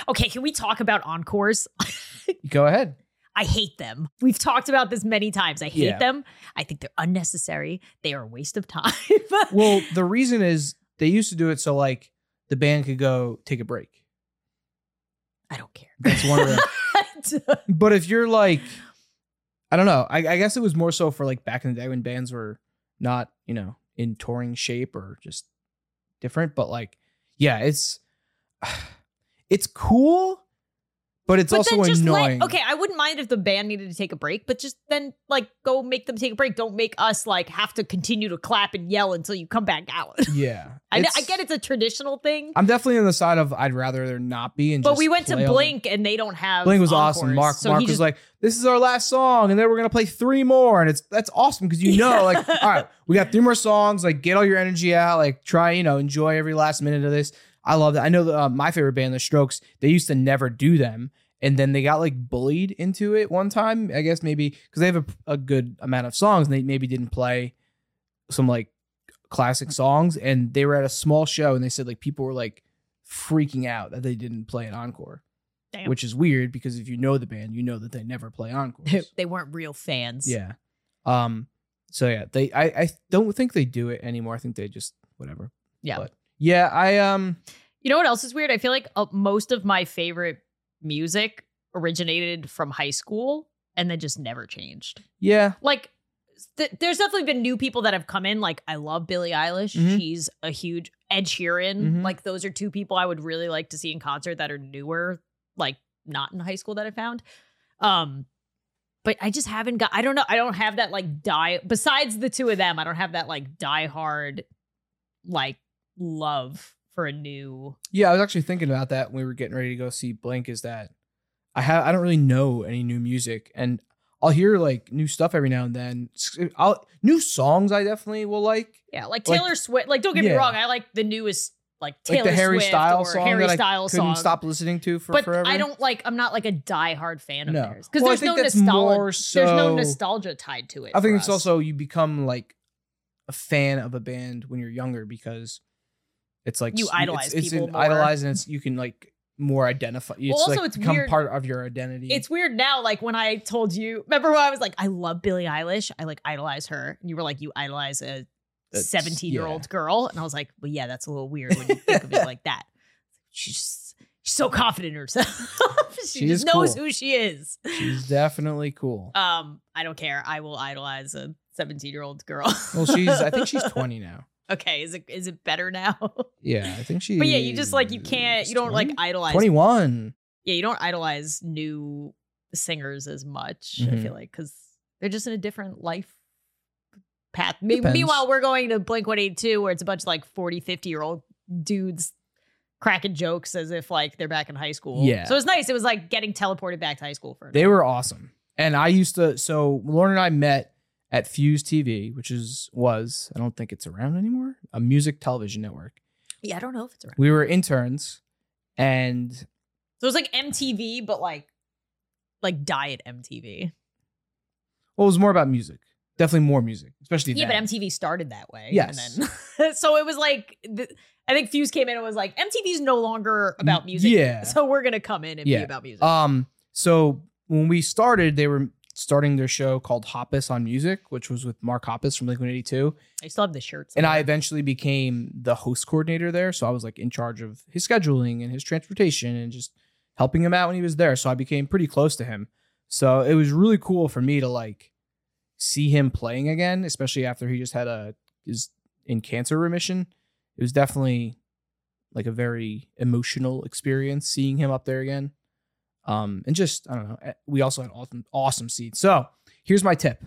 Speaker 1: Okay, can we talk about encores?
Speaker 2: Go ahead.
Speaker 1: I hate them. We've talked about this many times. I hate
Speaker 2: Yeah.
Speaker 1: them. I think they're unnecessary. They are a waste of time.
Speaker 2: Well, the reason is they used to do it so like the band could go take a break.
Speaker 1: I don't care.
Speaker 2: That's one of the. but if you're like, I don't know. I, I guess it was more so for like back in the day when bands were not, you know, in touring shape or just different. But like, yeah, it's it's cool, but it's also annoying.
Speaker 1: Let, okay, I wouldn't mind if the band needed to take a break, but just then like go make them take a break. Don't make us like have to continue to clap and yell until you come back out.
Speaker 2: Yeah,
Speaker 1: I, know, I
Speaker 2: it's-
Speaker 1: get it's a traditional thing,
Speaker 2: I'm definitely on the side of I'd rather there not be. And
Speaker 1: but
Speaker 2: just
Speaker 1: we went to
Speaker 2: play all the-
Speaker 1: Blink and they don't have
Speaker 2: Blink was
Speaker 1: encores,
Speaker 2: awesome. Mark
Speaker 1: so
Speaker 2: Mark
Speaker 1: he
Speaker 2: was
Speaker 1: just-
Speaker 2: like, "This is our last song, and then we're gonna play three more." And it's that's awesome because you know, like, all right, we got three more songs. Like, get all your energy out. Like, try you know, enjoy every last minute of this. I love that. I know that, uh, my favorite band, The Strokes. They used to never do them, and then they got like bullied into it one time. I guess maybe because they have a, a good amount of songs, and they maybe didn't play some like classic songs. And they were at a small show, and they said like people were like freaking out that they didn't play an encore
Speaker 1: Damn.
Speaker 2: which is weird because if you know the band, you know that they never play
Speaker 1: they,
Speaker 2: encores.
Speaker 1: they weren't real fans.
Speaker 2: yeah. Um. So yeah, they. I. I don't think they do it anymore. I think they just whatever.
Speaker 1: Yeah.
Speaker 2: But yeah, I um.
Speaker 1: You know what else is weird? I feel like uh, most of my favorite music originated from high school and then just never changed.
Speaker 2: Yeah.
Speaker 1: Like, th- there's definitely been new people that have come in. Like, I love Billie Eilish.
Speaker 2: Mhm.
Speaker 1: She's a huge Ed Sheeran.
Speaker 2: Mhm.
Speaker 1: Like, those are two people I would really like to see in concert that are newer, like not in high school that I found. Um, but I just haven't got. I don't know. I don't have that like die. Besides the two of them, I don't have that like diehard, like love for a new
Speaker 2: Yeah. I was actually thinking about that when we were getting ready to go see Blink. Is that I have. I don't really know any new music, and I'll hear like new stuff every now and then. S- I'll new songs. I definitely will like.
Speaker 1: Yeah, like
Speaker 2: Like-
Speaker 1: Taylor Swift. Like, don't get me
Speaker 2: Yeah.
Speaker 1: wrong, I like the newest, like Taylor
Speaker 2: like the Harry
Speaker 1: Swift
Speaker 2: Styles
Speaker 1: or
Speaker 2: song
Speaker 1: Harry
Speaker 2: that I
Speaker 1: Styles
Speaker 2: couldn't
Speaker 1: song.
Speaker 2: stop listening to for
Speaker 1: but
Speaker 2: forever.
Speaker 1: I don't like. I'm not like a diehard fan of
Speaker 2: No.
Speaker 1: theirs because
Speaker 2: Well, I
Speaker 1: there's
Speaker 2: think
Speaker 1: no
Speaker 2: that's more
Speaker 1: nostalgia. There's no
Speaker 2: so-
Speaker 1: nostalgia tied to it.
Speaker 2: I think
Speaker 1: for
Speaker 2: it's
Speaker 1: us.
Speaker 2: also you become like a fan of a band when you're younger because it's like
Speaker 1: You
Speaker 2: s-
Speaker 1: idolize
Speaker 2: it's, it's
Speaker 1: people
Speaker 2: an
Speaker 1: more.
Speaker 2: idolize and it's you can like more identify. It's
Speaker 1: also
Speaker 2: like
Speaker 1: it's
Speaker 2: become
Speaker 1: weird-
Speaker 2: part of your identity.
Speaker 1: It's weird now. Like when I told you, remember when I was like, I love Billie Eilish. I like idolize her, and you were like, you idolize a
Speaker 2: That's-
Speaker 1: 17 year old girl, and I was like, well, yeah, that's a little weird when you think of it like that. She's just, she's so confident in herself. she
Speaker 2: She
Speaker 1: just
Speaker 2: is
Speaker 1: knows
Speaker 2: cool.
Speaker 1: who she is.
Speaker 2: she's definitely cool.
Speaker 1: Um, I don't care. I will idolize a 17 year old girl.
Speaker 2: well, she's I think she's 20 now.
Speaker 1: Okay, is it is it better now? but
Speaker 2: Yeah, I think she.
Speaker 1: yeah, you just like you can't you don't like idolize
Speaker 2: 21.
Speaker 1: yeah you don't idolize new singers as much. I
Speaker 2: Mhm.
Speaker 1: feel like because they're just in a different life path. Me-
Speaker 2: Depends.
Speaker 1: meanwhile, we're going to Blink 182 where it's a bunch of like 40, 50 year old dudes cracking jokes as if like they're back in high school.
Speaker 2: Yeah.
Speaker 1: so it's nice. It was like getting teleported back to high school for. a
Speaker 2: They were awesome. And I used to so Lauren and I met at Fuse TV, which is was I don't think it's around anymore, a music television network.
Speaker 1: yeah, I don't know if it's around.
Speaker 2: We were interns and
Speaker 1: So it was like MTV, but like like diet MTV.
Speaker 2: Well, it was more about music. Definitely more music, especially
Speaker 1: Yeah,
Speaker 2: then.
Speaker 1: but MTV started that way.
Speaker 2: Yes.
Speaker 1: And then, so it was like, th- I think Fuse came in and was like, MTV's no longer about music.
Speaker 2: Yeah.
Speaker 1: So we're going to come in and be
Speaker 2: Yeah.
Speaker 1: about music.
Speaker 2: Um, so when we started, they were starting their show called Hoppus on Music, which was with Mark Hoppus from Blink 182.
Speaker 1: I still have the shirts.
Speaker 2: And I eventually became the host coordinator there. So I was like in charge of his scheduling and his transportation and just helping him out when he was there. So I became pretty close to him. So it was really cool for me to like see him playing again, especially after he just had a is in cancer remission. It was definitely like a very emotional experience seeing him up there again. Um, and just I don't know. eh, We also had awesome awesome seats. So here's my tip: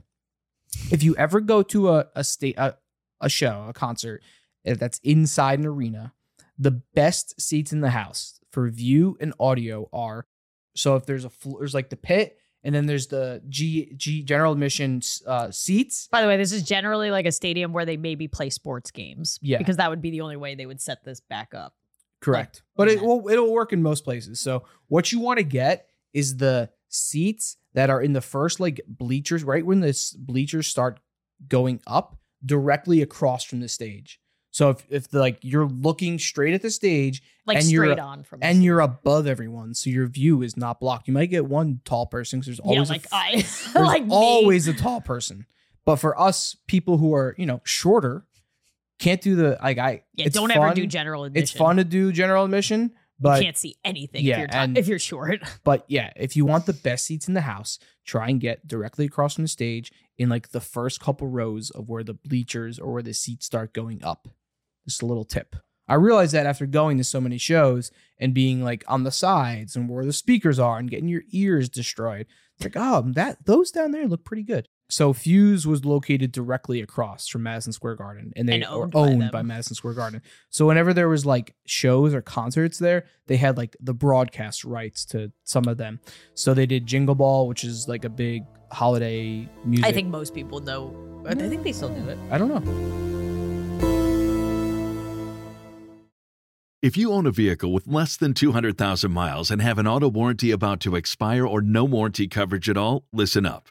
Speaker 2: if you ever go to a a state a, a show a concert eh, that's inside an arena, the best seats in the house for view and audio are so if there's a fl- there's like the pit and then there's the G G general admission uh, seats.
Speaker 1: By the way, this is generally like a stadium where they maybe play sports games.
Speaker 2: Yeah.
Speaker 1: Because that would be the only way they would set this back up.
Speaker 2: Correct. but it will it'll work in most places. So what you want to get is the seats that are in the first like bleachers, right when the s- bleachers start going up directly across from the stage. So if if the, like you're looking straight at the stage
Speaker 1: Like
Speaker 2: And you're-
Speaker 1: straight on from
Speaker 2: and you're above everyone, so your view is not blocked. You might get one tall person because there's
Speaker 1: yeah,
Speaker 2: always a
Speaker 1: like
Speaker 2: f-
Speaker 1: I
Speaker 2: There's
Speaker 1: like me.
Speaker 2: always a tall person. But for us people who are, you know, shorter, can't do the like I
Speaker 1: Yeah,
Speaker 2: it's
Speaker 1: don't ever
Speaker 2: fun.
Speaker 1: do general admission.
Speaker 2: It's fun to do general admission,
Speaker 1: you
Speaker 2: but
Speaker 1: can't see anything
Speaker 2: Yeah,
Speaker 1: if you're
Speaker 2: and-
Speaker 1: t- if you're short.
Speaker 2: but yeah, if you want the best seats in the house, try and get directly across from the stage in like the first couple rows of where the bleachers or where the seats start going up. Just a little tip. I realized that after going to so many shows and being like on the sides and where the speakers are and getting your ears destroyed, it's like, oh, that those down there look pretty good. So Fuse was located directly across from Madison Square Garden, and they
Speaker 1: And
Speaker 2: were
Speaker 1: owned by
Speaker 2: owned
Speaker 1: them.
Speaker 2: by Madison Square Garden. So whenever there was like shows or concerts there, they had like the broadcast rights to some of them. So they did Jingle Ball, which is like a big holiday music.
Speaker 1: I think most people know. I think they still do it.
Speaker 2: I don't know.
Speaker 5: If you own a vehicle with less than 200,000 miles and have an auto warranty about to expire or no warranty coverage at all, listen up.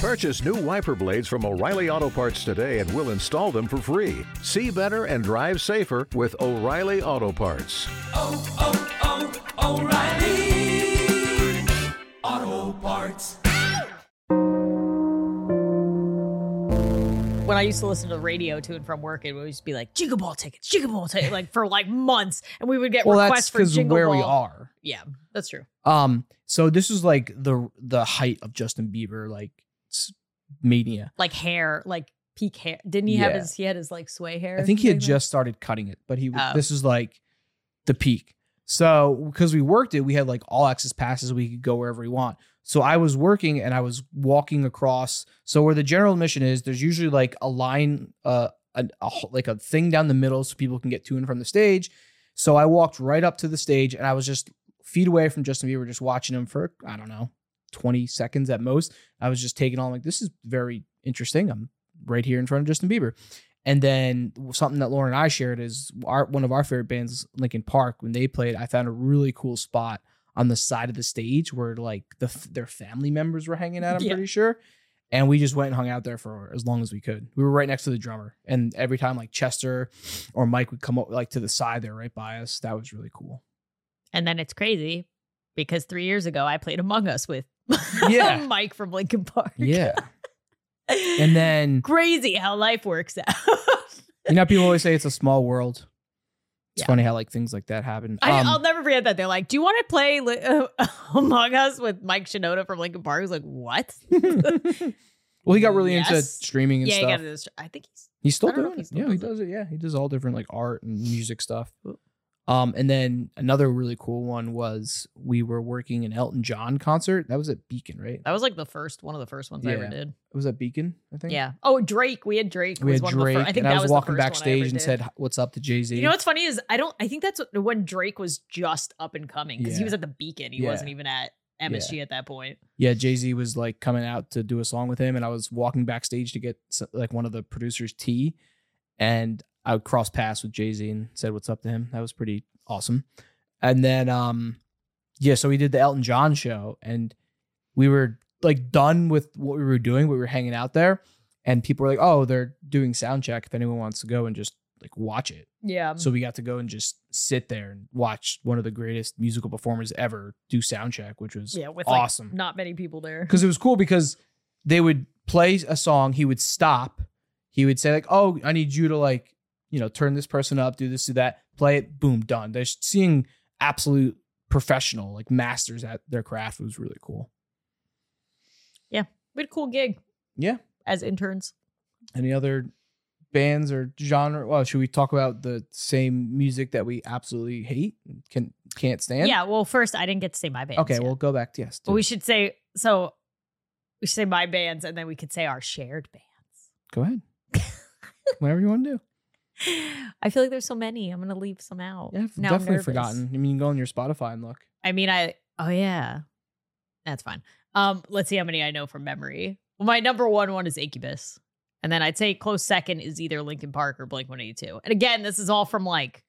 Speaker 6: Purchase new wiper blades from O'Reilly Auto Parts today and we'll install them for free. See better and drive safer with O'Reilly Auto Parts.
Speaker 1: When I used to listen to the radio to and from work, it would just be like jingle ball tickets, jingle ball tickets, like for like months, and we would get
Speaker 2: Well, that's
Speaker 1: requests for
Speaker 2: because
Speaker 1: jingle
Speaker 2: where
Speaker 1: ball.
Speaker 2: we are.
Speaker 1: Yeah, that's true.
Speaker 2: Um, so this is like the the height of Justin Bieber like s- mania.
Speaker 1: Like hair, like peak hair. Didn't he have
Speaker 2: Yeah.
Speaker 1: his? He had his like sway hair.
Speaker 2: I
Speaker 1: or
Speaker 2: think he had
Speaker 1: something like
Speaker 2: just started cutting it, but he
Speaker 1: Oh.
Speaker 2: this is like the peak. So because we worked it, we had like all access passes. We could go wherever we want. So I was working and I was walking across. So where the general admission is, there's usually like a line, uh, a, a h- like a thing down the middle, so people can get to and from the stage. So I walked right up to the stage and I was just feet away from Justin Bieber, just watching him for I don't know, 20 seconds at most. I was just taking on like this is very interesting. I'm right here in front of Justin Bieber. And then something that Lauren and I shared is our one of our favorite bands, Linkin Park, when they played, I found a really cool spot on the side of the stage where like the f- their family members were hanging out. I'm
Speaker 1: Yeah.
Speaker 2: pretty sure. And we just went and hung out there for as long as we could. We were right next to the drummer, and every time like Chester or Mike would come up like to the side there, right by us. That was really cool.
Speaker 1: And then it's crazy because three years ago I played Among Us with
Speaker 2: Yeah.
Speaker 1: Mike from Lincoln Park.
Speaker 2: Yeah. and then
Speaker 1: crazy how life works out.
Speaker 2: you know, people always say it's a small world. It's
Speaker 1: Yeah.
Speaker 2: funny how like things like that happen.
Speaker 1: I,
Speaker 2: Um,
Speaker 1: I'll never forget that. They're like, "Do you want to play Li- uh, Among Us with Mike Shinoda from Lincoln Park?" I was like, "What?"
Speaker 2: well, he got really into
Speaker 1: Yes.
Speaker 2: streaming and
Speaker 1: yeah, you
Speaker 2: stuff.
Speaker 1: gotta do this. I think he's
Speaker 2: He's still
Speaker 1: I don't know
Speaker 2: doing
Speaker 1: if he
Speaker 2: it.
Speaker 1: still
Speaker 2: yeah, he
Speaker 1: does it.
Speaker 2: does it. Yeah, he does all different like art and music stuff. Um, and then another really cool one was we were working an Elton John concert. That was at Beacon, right?
Speaker 1: that was like the first one of the first ones I ever
Speaker 2: Yeah.
Speaker 1: did.
Speaker 2: It was at Beacon, I think.
Speaker 1: Yeah. Oh, Drake. We had Drake.
Speaker 2: we
Speaker 1: was
Speaker 2: had
Speaker 1: one
Speaker 2: Drake,
Speaker 1: Of the fir- I think
Speaker 2: and
Speaker 1: that
Speaker 2: I was,
Speaker 1: the
Speaker 2: walking
Speaker 1: first one I ever
Speaker 2: backstage and
Speaker 1: did.
Speaker 2: said, "What's up to Jay Z?"
Speaker 1: You know what's funny is I don't. I think that's when Drake was just up and coming because he
Speaker 2: Yeah.
Speaker 1: was at the Beacon. He
Speaker 2: Yeah.
Speaker 1: wasn't even at MSG at that point.
Speaker 2: yeah, Jay Z was like coming out to do a song with him, and I was walking backstage to get s- like one of the producers tea, and I would cross paths with Jay Z and said what's up to him. That was pretty awesome. And then, um, yeah, so we did the Elton John show, and we were like done with what we were doing. We were hanging out there, and people were like, "Oh, they're doing sound check. If anyone wants to go and just like watch it.
Speaker 1: Yeah.
Speaker 2: So we got to go and just sit there and watch one of the greatest musical performers ever do sound check, which was
Speaker 1: yeah, with
Speaker 2: awesome.
Speaker 1: like not many people there.
Speaker 2: because it was cool because they would play a song he would stop he would say like oh i need you to like you know turn this person up do this do that play it boom done they're seeing absolute professional like masters at their craft it was really cool
Speaker 1: We had a cool gig
Speaker 2: yeah
Speaker 1: as interns.
Speaker 2: any other bands or genre well should we talk about the same music that we absolutely hate and can can't stand
Speaker 1: yeah. Well, first I didn't get to say my bands.
Speaker 2: okay
Speaker 1: yet.
Speaker 2: we'll go back to yes
Speaker 1: but we should say so. We should say my bands, and then we could say our shared bands.
Speaker 2: go ahead whatever you want to do
Speaker 1: I feel like there's so many. I'm gonna leave some out.
Speaker 2: yeah i've
Speaker 1: Now I'm
Speaker 2: definitely
Speaker 1: nervous.
Speaker 2: forgotten i mean you can go on your spotify and look
Speaker 1: I mean, I oh yeah, that's fine. Um, let's see how many I know from memory. Well, my number one one is Incubus, and then I'd say close second is either Linkin Park or Blink One Eighty Two. And again, this is all from like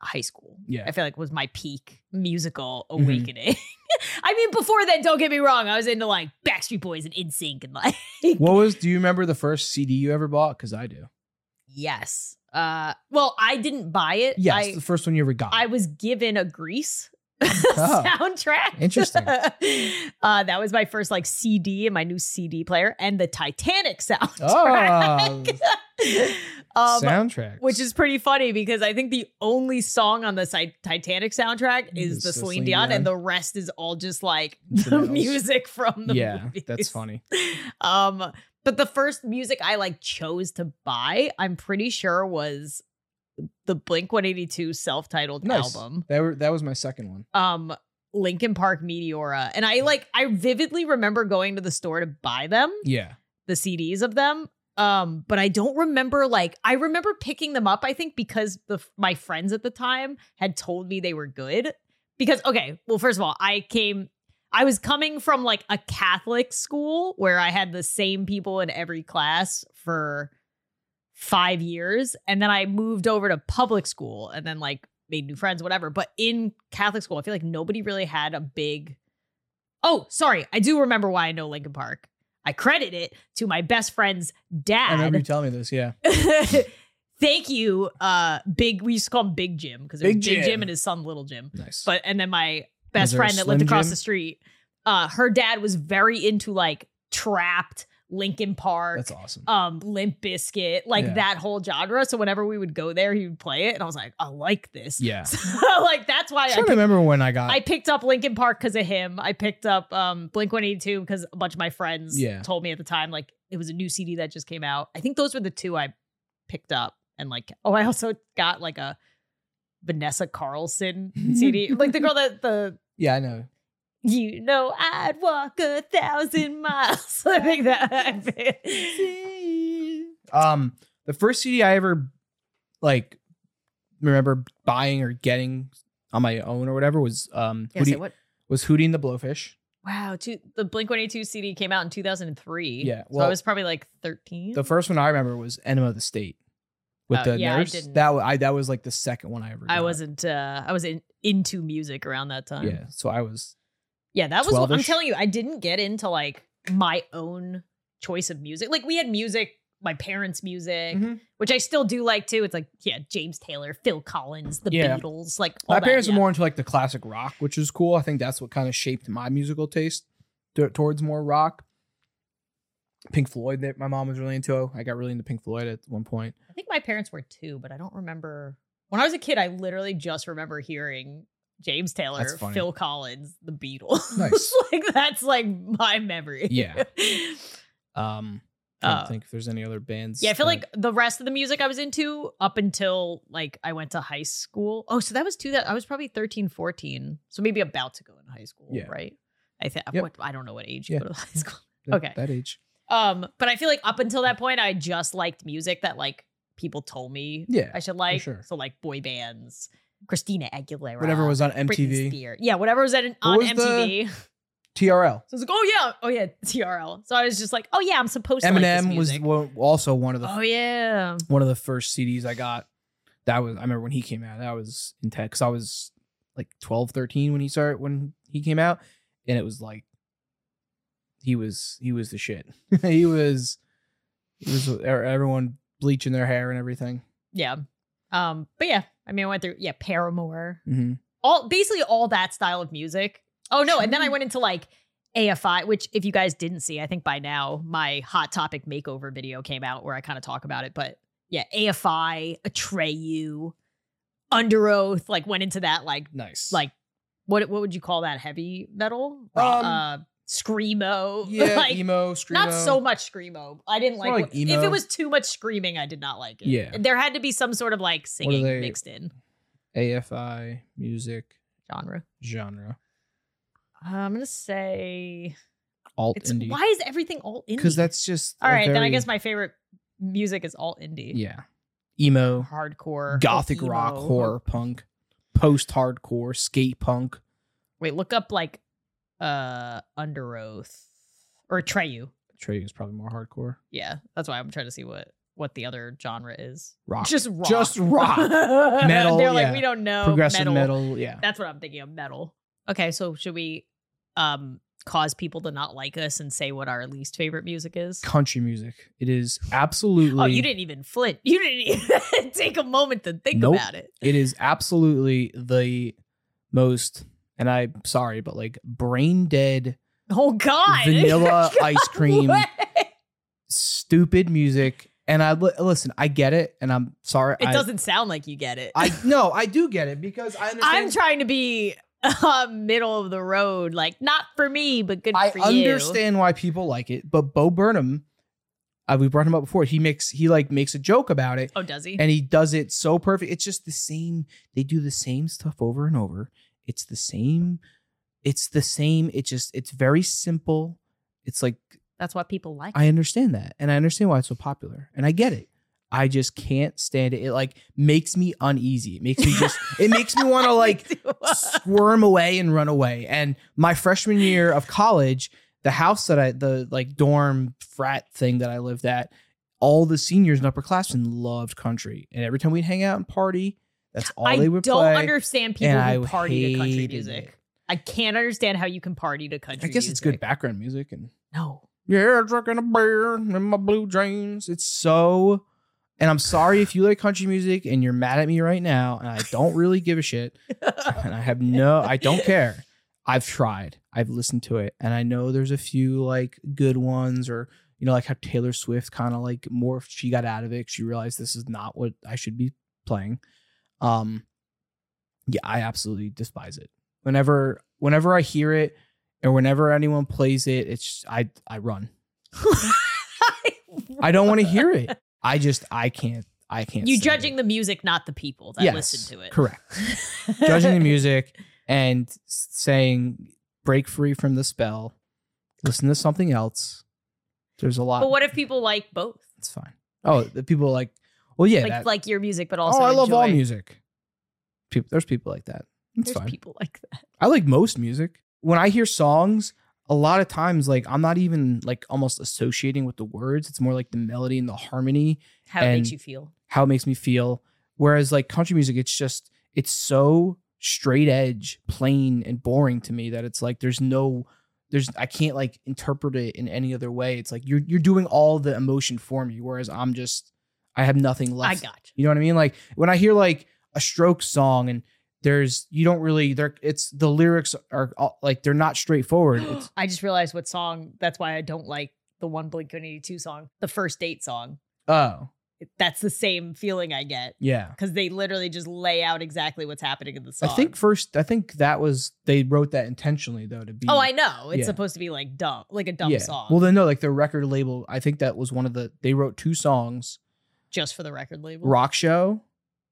Speaker 1: high school.
Speaker 2: Yeah. Mm-hmm.
Speaker 1: I feel like was my peak musical awakening. I mean, before then, don't get me wrong, I was into like Backstreet Boys and InSync and like
Speaker 2: What was? Do you remember the first CD you ever bought? Because I do.
Speaker 1: yes. Uh, well, I didn't buy it.
Speaker 2: Yes,
Speaker 1: I,
Speaker 2: the first one you ever got.
Speaker 1: I was given a Grease
Speaker 2: Oh,
Speaker 1: soundtrack.
Speaker 2: interesting.
Speaker 1: uh, that was my first like CD and my new CD player and the Titanic
Speaker 2: Oh,
Speaker 1: soundtrack. um,
Speaker 2: soundtrack,
Speaker 1: which is pretty funny because I think the only song on the si- Titanic soundtrack is
Speaker 2: Is
Speaker 1: the
Speaker 2: the
Speaker 1: Celine,
Speaker 2: Celine
Speaker 1: Dion,
Speaker 2: Dion.
Speaker 1: and the rest is all just like the
Speaker 2: Instrumentals.
Speaker 1: music from the
Speaker 2: yeah,
Speaker 1: movies.
Speaker 2: that's funny.
Speaker 1: Um, but the first music I like chose to buy, I'm pretty sure was the Blink 182 self-titled
Speaker 2: Nice.
Speaker 1: album.
Speaker 2: That were, that was my second one.
Speaker 1: Um Linkin Park Meteora. And I like I vividly remember going to the store to buy them,
Speaker 2: Yeah,
Speaker 1: the CDs of them. Um, but I don't remember like I remember picking them up, I think, because the my friends at the time had told me they were good. Because okay, well, first of all, I came I was coming from like a Catholic school where I had the same people in every class for five years. And then I moved over to public school and then like made new friends, whatever. But in Catholic school, I feel like nobody really had a big. Oh, sorry. I do remember why I know Lincoln Park. I credit it to my best friend's
Speaker 2: I remember you
Speaker 1: dad.
Speaker 2: telling me this. Yeah,
Speaker 1: Thank you, uh, Big. We used to call him Big Jim because it was
Speaker 2: Big
Speaker 1: Big Jim.
Speaker 2: Jim.
Speaker 1: and his son Little Jim.
Speaker 2: nice.
Speaker 1: But and then my
Speaker 2: Was
Speaker 1: best
Speaker 2: there a
Speaker 1: friend that lived
Speaker 2: Slim
Speaker 1: across
Speaker 2: Jim?
Speaker 1: the street, uh, her dad was very into like trapped Lincoln Park,
Speaker 2: that's awesome.
Speaker 1: um, Limp Biscuit, like
Speaker 2: Yeah.
Speaker 1: that whole genre. So whenever we would go there, he would play it, and I was like, I like this.
Speaker 2: Yeah.
Speaker 1: So, like that's why
Speaker 2: I'm
Speaker 1: I
Speaker 2: trying to
Speaker 1: picked,
Speaker 2: remember when I got.
Speaker 1: I picked up Lincoln Park because of him. I picked up um Blink One Eighty Two because a bunch of my friends
Speaker 2: Yeah.
Speaker 1: told me at the time like it was a new CD that just came out. I think those were the two I picked up, and like oh, I also got like a Vanessa Carlson CD, like the girl that the
Speaker 2: yeah, I know.
Speaker 1: you know I'd walk a thousand miles. I think that.
Speaker 2: Um, the first CD I ever like remember buying or getting on my own or whatever was um
Speaker 1: Yeah, say
Speaker 2: Hootie-
Speaker 1: what?
Speaker 2: was Hootie and the Blowfish.
Speaker 1: Wow, two, the Blink 182 CD came out in 2003.
Speaker 2: Yeah,
Speaker 1: so I
Speaker 2: well-
Speaker 1: was probably like 13.
Speaker 2: The first one I remember was Enema of the State with
Speaker 1: Oh,
Speaker 2: the
Speaker 1: yeah, I
Speaker 2: nurse.
Speaker 1: didn't-
Speaker 2: That wa- I that was like the second one I ever.
Speaker 1: I
Speaker 2: got.
Speaker 1: wasn't. Uh, I was in, into music around that time.
Speaker 2: Yeah, so I was.
Speaker 1: yeah, that was. What, I'm
Speaker 2: 12-ish.
Speaker 1: telling you, I didn't get into like my own choice of music. Like we had music, my parents' music,
Speaker 2: Mhm.
Speaker 1: which I still do like too. It's like yeah, James Taylor, Phil Collins, The
Speaker 2: Yeah.
Speaker 1: Beatles, like all
Speaker 2: My
Speaker 1: that,
Speaker 2: parents
Speaker 1: yeah.
Speaker 2: were more into like the classic rock, which is cool. I think that's what kind of shaped my musical taste t- towards more rock. Pink Floyd that my mom was really into. I got really into Pink Floyd at one point.
Speaker 1: I think my parents were too, but I don't remember. When I was a kid, I literally just remember hearing James Taylor,
Speaker 2: That's funny.
Speaker 1: Phil Collins, the Beatles.
Speaker 2: Nice.
Speaker 1: like that's like my memory.
Speaker 2: Yeah. Um, I don't
Speaker 1: Uh,
Speaker 2: think if there's any other bands.
Speaker 1: Yeah, I feel
Speaker 2: that-
Speaker 1: like the rest of the music I was into up until like I went to high school. Oh, so that was two that I was probably 13, 14. So maybe about to go in high school,
Speaker 2: Yeah.
Speaker 1: right? I think
Speaker 2: Yep.
Speaker 1: what I don't know what age you
Speaker 2: Yeah.
Speaker 1: go to high school.
Speaker 2: that-
Speaker 1: okay.
Speaker 2: that age.
Speaker 1: Um, but I feel like up until that point I just liked music that like people told me
Speaker 2: Yeah,
Speaker 1: I should like.
Speaker 2: sure.
Speaker 1: So like boy bands, Christina Aguilera.
Speaker 2: Whatever was on
Speaker 1: Britney
Speaker 2: MTV,
Speaker 1: Spears. Yeah, whatever was at an,
Speaker 2: What
Speaker 1: on
Speaker 2: was the-
Speaker 1: MTV.
Speaker 2: TRL,
Speaker 1: So I was like, oh yeah, oh yeah, TRL. So I was just like, oh yeah, I'm supposed to like
Speaker 2: Eminem
Speaker 1: this
Speaker 2: was
Speaker 1: music.
Speaker 2: wa- also one of the
Speaker 1: Oh yeah.
Speaker 2: one of the first CDs I got. That was I remember when he came out. That was intense because I was like 12, 13 when he started when he came out, and it was like he was he was the shit. he was he was e- everyone bleaching their hair and everything.
Speaker 1: Yeah. Um, but yeah, I mean, I went through yeah, Paramore,
Speaker 2: Mhm.
Speaker 1: all basically all that style of music. Oh no, and then I went into like AFI, which if you guys didn't see, I think by now my Hot Topic makeover video came out where I kind of talk about it. But yeah, AFI, Atreyu, Under Oath, like went into that like
Speaker 2: Nice.
Speaker 1: like what what would you call that heavy metal?
Speaker 2: Um,
Speaker 1: uh, screamo,
Speaker 2: yeah,
Speaker 1: like
Speaker 2: emo, screamo.
Speaker 1: not so much screamo. I didn't
Speaker 2: It's
Speaker 1: like,
Speaker 2: more like
Speaker 1: what- if
Speaker 2: emo.
Speaker 1: it was too much screaming, I did not like it.
Speaker 2: Yeah.
Speaker 1: there had to be some sort of like singing
Speaker 2: they-
Speaker 1: mixed in
Speaker 2: AFI music
Speaker 1: genre.
Speaker 2: genre
Speaker 1: I'm gonna say
Speaker 2: alt
Speaker 1: it's
Speaker 2: indie
Speaker 1: why is everything all indie?
Speaker 2: because that's just
Speaker 1: all
Speaker 2: a
Speaker 1: right. Then I
Speaker 2: very-
Speaker 1: guess my favorite music is all indie.
Speaker 2: yeah emo,
Speaker 1: hardcore,
Speaker 2: gothic
Speaker 1: emo.
Speaker 2: rock, horror punk, post hardcore, skate punk.
Speaker 1: Wait, look up like uh Under Oath or Treyu.
Speaker 2: Trey is probably more hardcore.
Speaker 1: Yeah, that's why I'm trying to see what what the other genre is.
Speaker 2: Rock.
Speaker 1: Just rock.
Speaker 2: Just rock. Metal,
Speaker 1: They're like
Speaker 2: yeah.
Speaker 1: we don't know
Speaker 2: progressive metal. yeah.
Speaker 1: That's what I'm thinking of metal. Okay, so should we um cause people to not like us and say what our least favorite music is?
Speaker 2: Country music. It is absolutely
Speaker 1: Oh, you didn't even flit. You didn't even take a moment to think
Speaker 2: Nope.
Speaker 1: about it.
Speaker 2: it is absolutely the most and I'm sorry, but like brain dead,
Speaker 1: Oh God!
Speaker 2: Vanilla ice cream.
Speaker 1: What?
Speaker 2: stupid music. And I li- listen, I get it, and I'm sorry.
Speaker 1: It
Speaker 2: I,
Speaker 1: doesn't sound like you get it.
Speaker 2: I no, I do get it because I understand.
Speaker 1: am trying to be uh, middle of the road, like not for me, but good
Speaker 2: I
Speaker 1: for you.
Speaker 2: understand why people like it, but Bo Burnham, uh, we brought him up before. He makes he like makes a joke about it,
Speaker 1: Oh, does he?
Speaker 2: and he does it so perfect. It's just the same. They do the same stuff over and over. It's the same. It's the same. It just it's very simple. It's like
Speaker 1: That's what people like.
Speaker 2: I understand that, and I understand why it's so popular, and I get it. I just can't stand it. It like makes me uneasy. It makes me just. it makes me want to like squirm away and run away. And my freshman year of college, the house that I, the like dorm frat thing that I lived at, all the seniors and upperclassmen loved country. And every time we'd hang out and party, that's all
Speaker 1: I
Speaker 2: they would
Speaker 1: don't
Speaker 2: play.
Speaker 1: understand people
Speaker 2: and
Speaker 1: who
Speaker 2: I
Speaker 1: party to country
Speaker 2: hated
Speaker 1: music.
Speaker 2: it.
Speaker 1: I can't understand how you can party to country.
Speaker 2: I guess it's good
Speaker 1: music.
Speaker 2: background music and
Speaker 1: No,
Speaker 2: yeah, drinking a beer in my blue jeans. It's so. And I'm sorry if you like country music and you're mad at me right now, and I don't really give a shit. and I have no, I don't care. I've tried. I've listened to it, and I know there's a few like good ones, or you know, like how Taylor Swift kind of like morphed. She got out of it. She realized this is not what I should be playing. Um, yeah, I absolutely despise it. Whenever, whenever I hear it, or whenever anyone plays it, it's just- I I run. I don't want to hear it. I just I can't. I can't.
Speaker 1: You
Speaker 2: stand
Speaker 1: judging
Speaker 2: it.
Speaker 1: the music, not the people that
Speaker 2: Yes,
Speaker 1: listen to it.
Speaker 2: Correct. judging the music and s- saying break free from the spell, listen to something else. There's a lot.
Speaker 1: But what if people like both?
Speaker 2: It's fine. Oh, the people like. Well, yeah.
Speaker 1: like
Speaker 2: that-
Speaker 1: like your music, but also
Speaker 2: oh, I love all
Speaker 1: enjoy-
Speaker 2: music. People, there's people like that. It's
Speaker 1: There's
Speaker 2: fine.
Speaker 1: people like that.
Speaker 2: I like most music. When I hear songs, a lot of times, like I'm not even like almost associating with the words. It's more like the melody and the harmony,
Speaker 1: How it makes
Speaker 2: And-
Speaker 1: you feel.
Speaker 2: how it makes me feel. Whereas like country music, it's just it's so straight edge, plain and boring to me that it's like there's no there's I can't like interpret it in any other way. It's like you're you're doing all the emotion for me, whereas I'm just I have nothing left.
Speaker 1: I got you.
Speaker 2: You know what I mean? Like when I hear like a stroke song and there's you don't really there it's the lyrics are all, like they're not straightforward. It's
Speaker 1: I just realized what song. That's why I don't like the one Blink One Eighty Two song, the first date song.
Speaker 2: oh,
Speaker 1: That's the same feeling I get
Speaker 2: yeah.
Speaker 1: because they literally just lay out exactly what's happening in the song.
Speaker 2: I think first I think that was they wrote that intentionally though to be
Speaker 1: Oh, I know. It's
Speaker 2: Yeah.
Speaker 1: supposed to be like dumb, like a dumb song.
Speaker 2: Well, then no, like the record label. I think that was one of the they wrote two songs,
Speaker 1: just for the record label.
Speaker 2: Rock Show,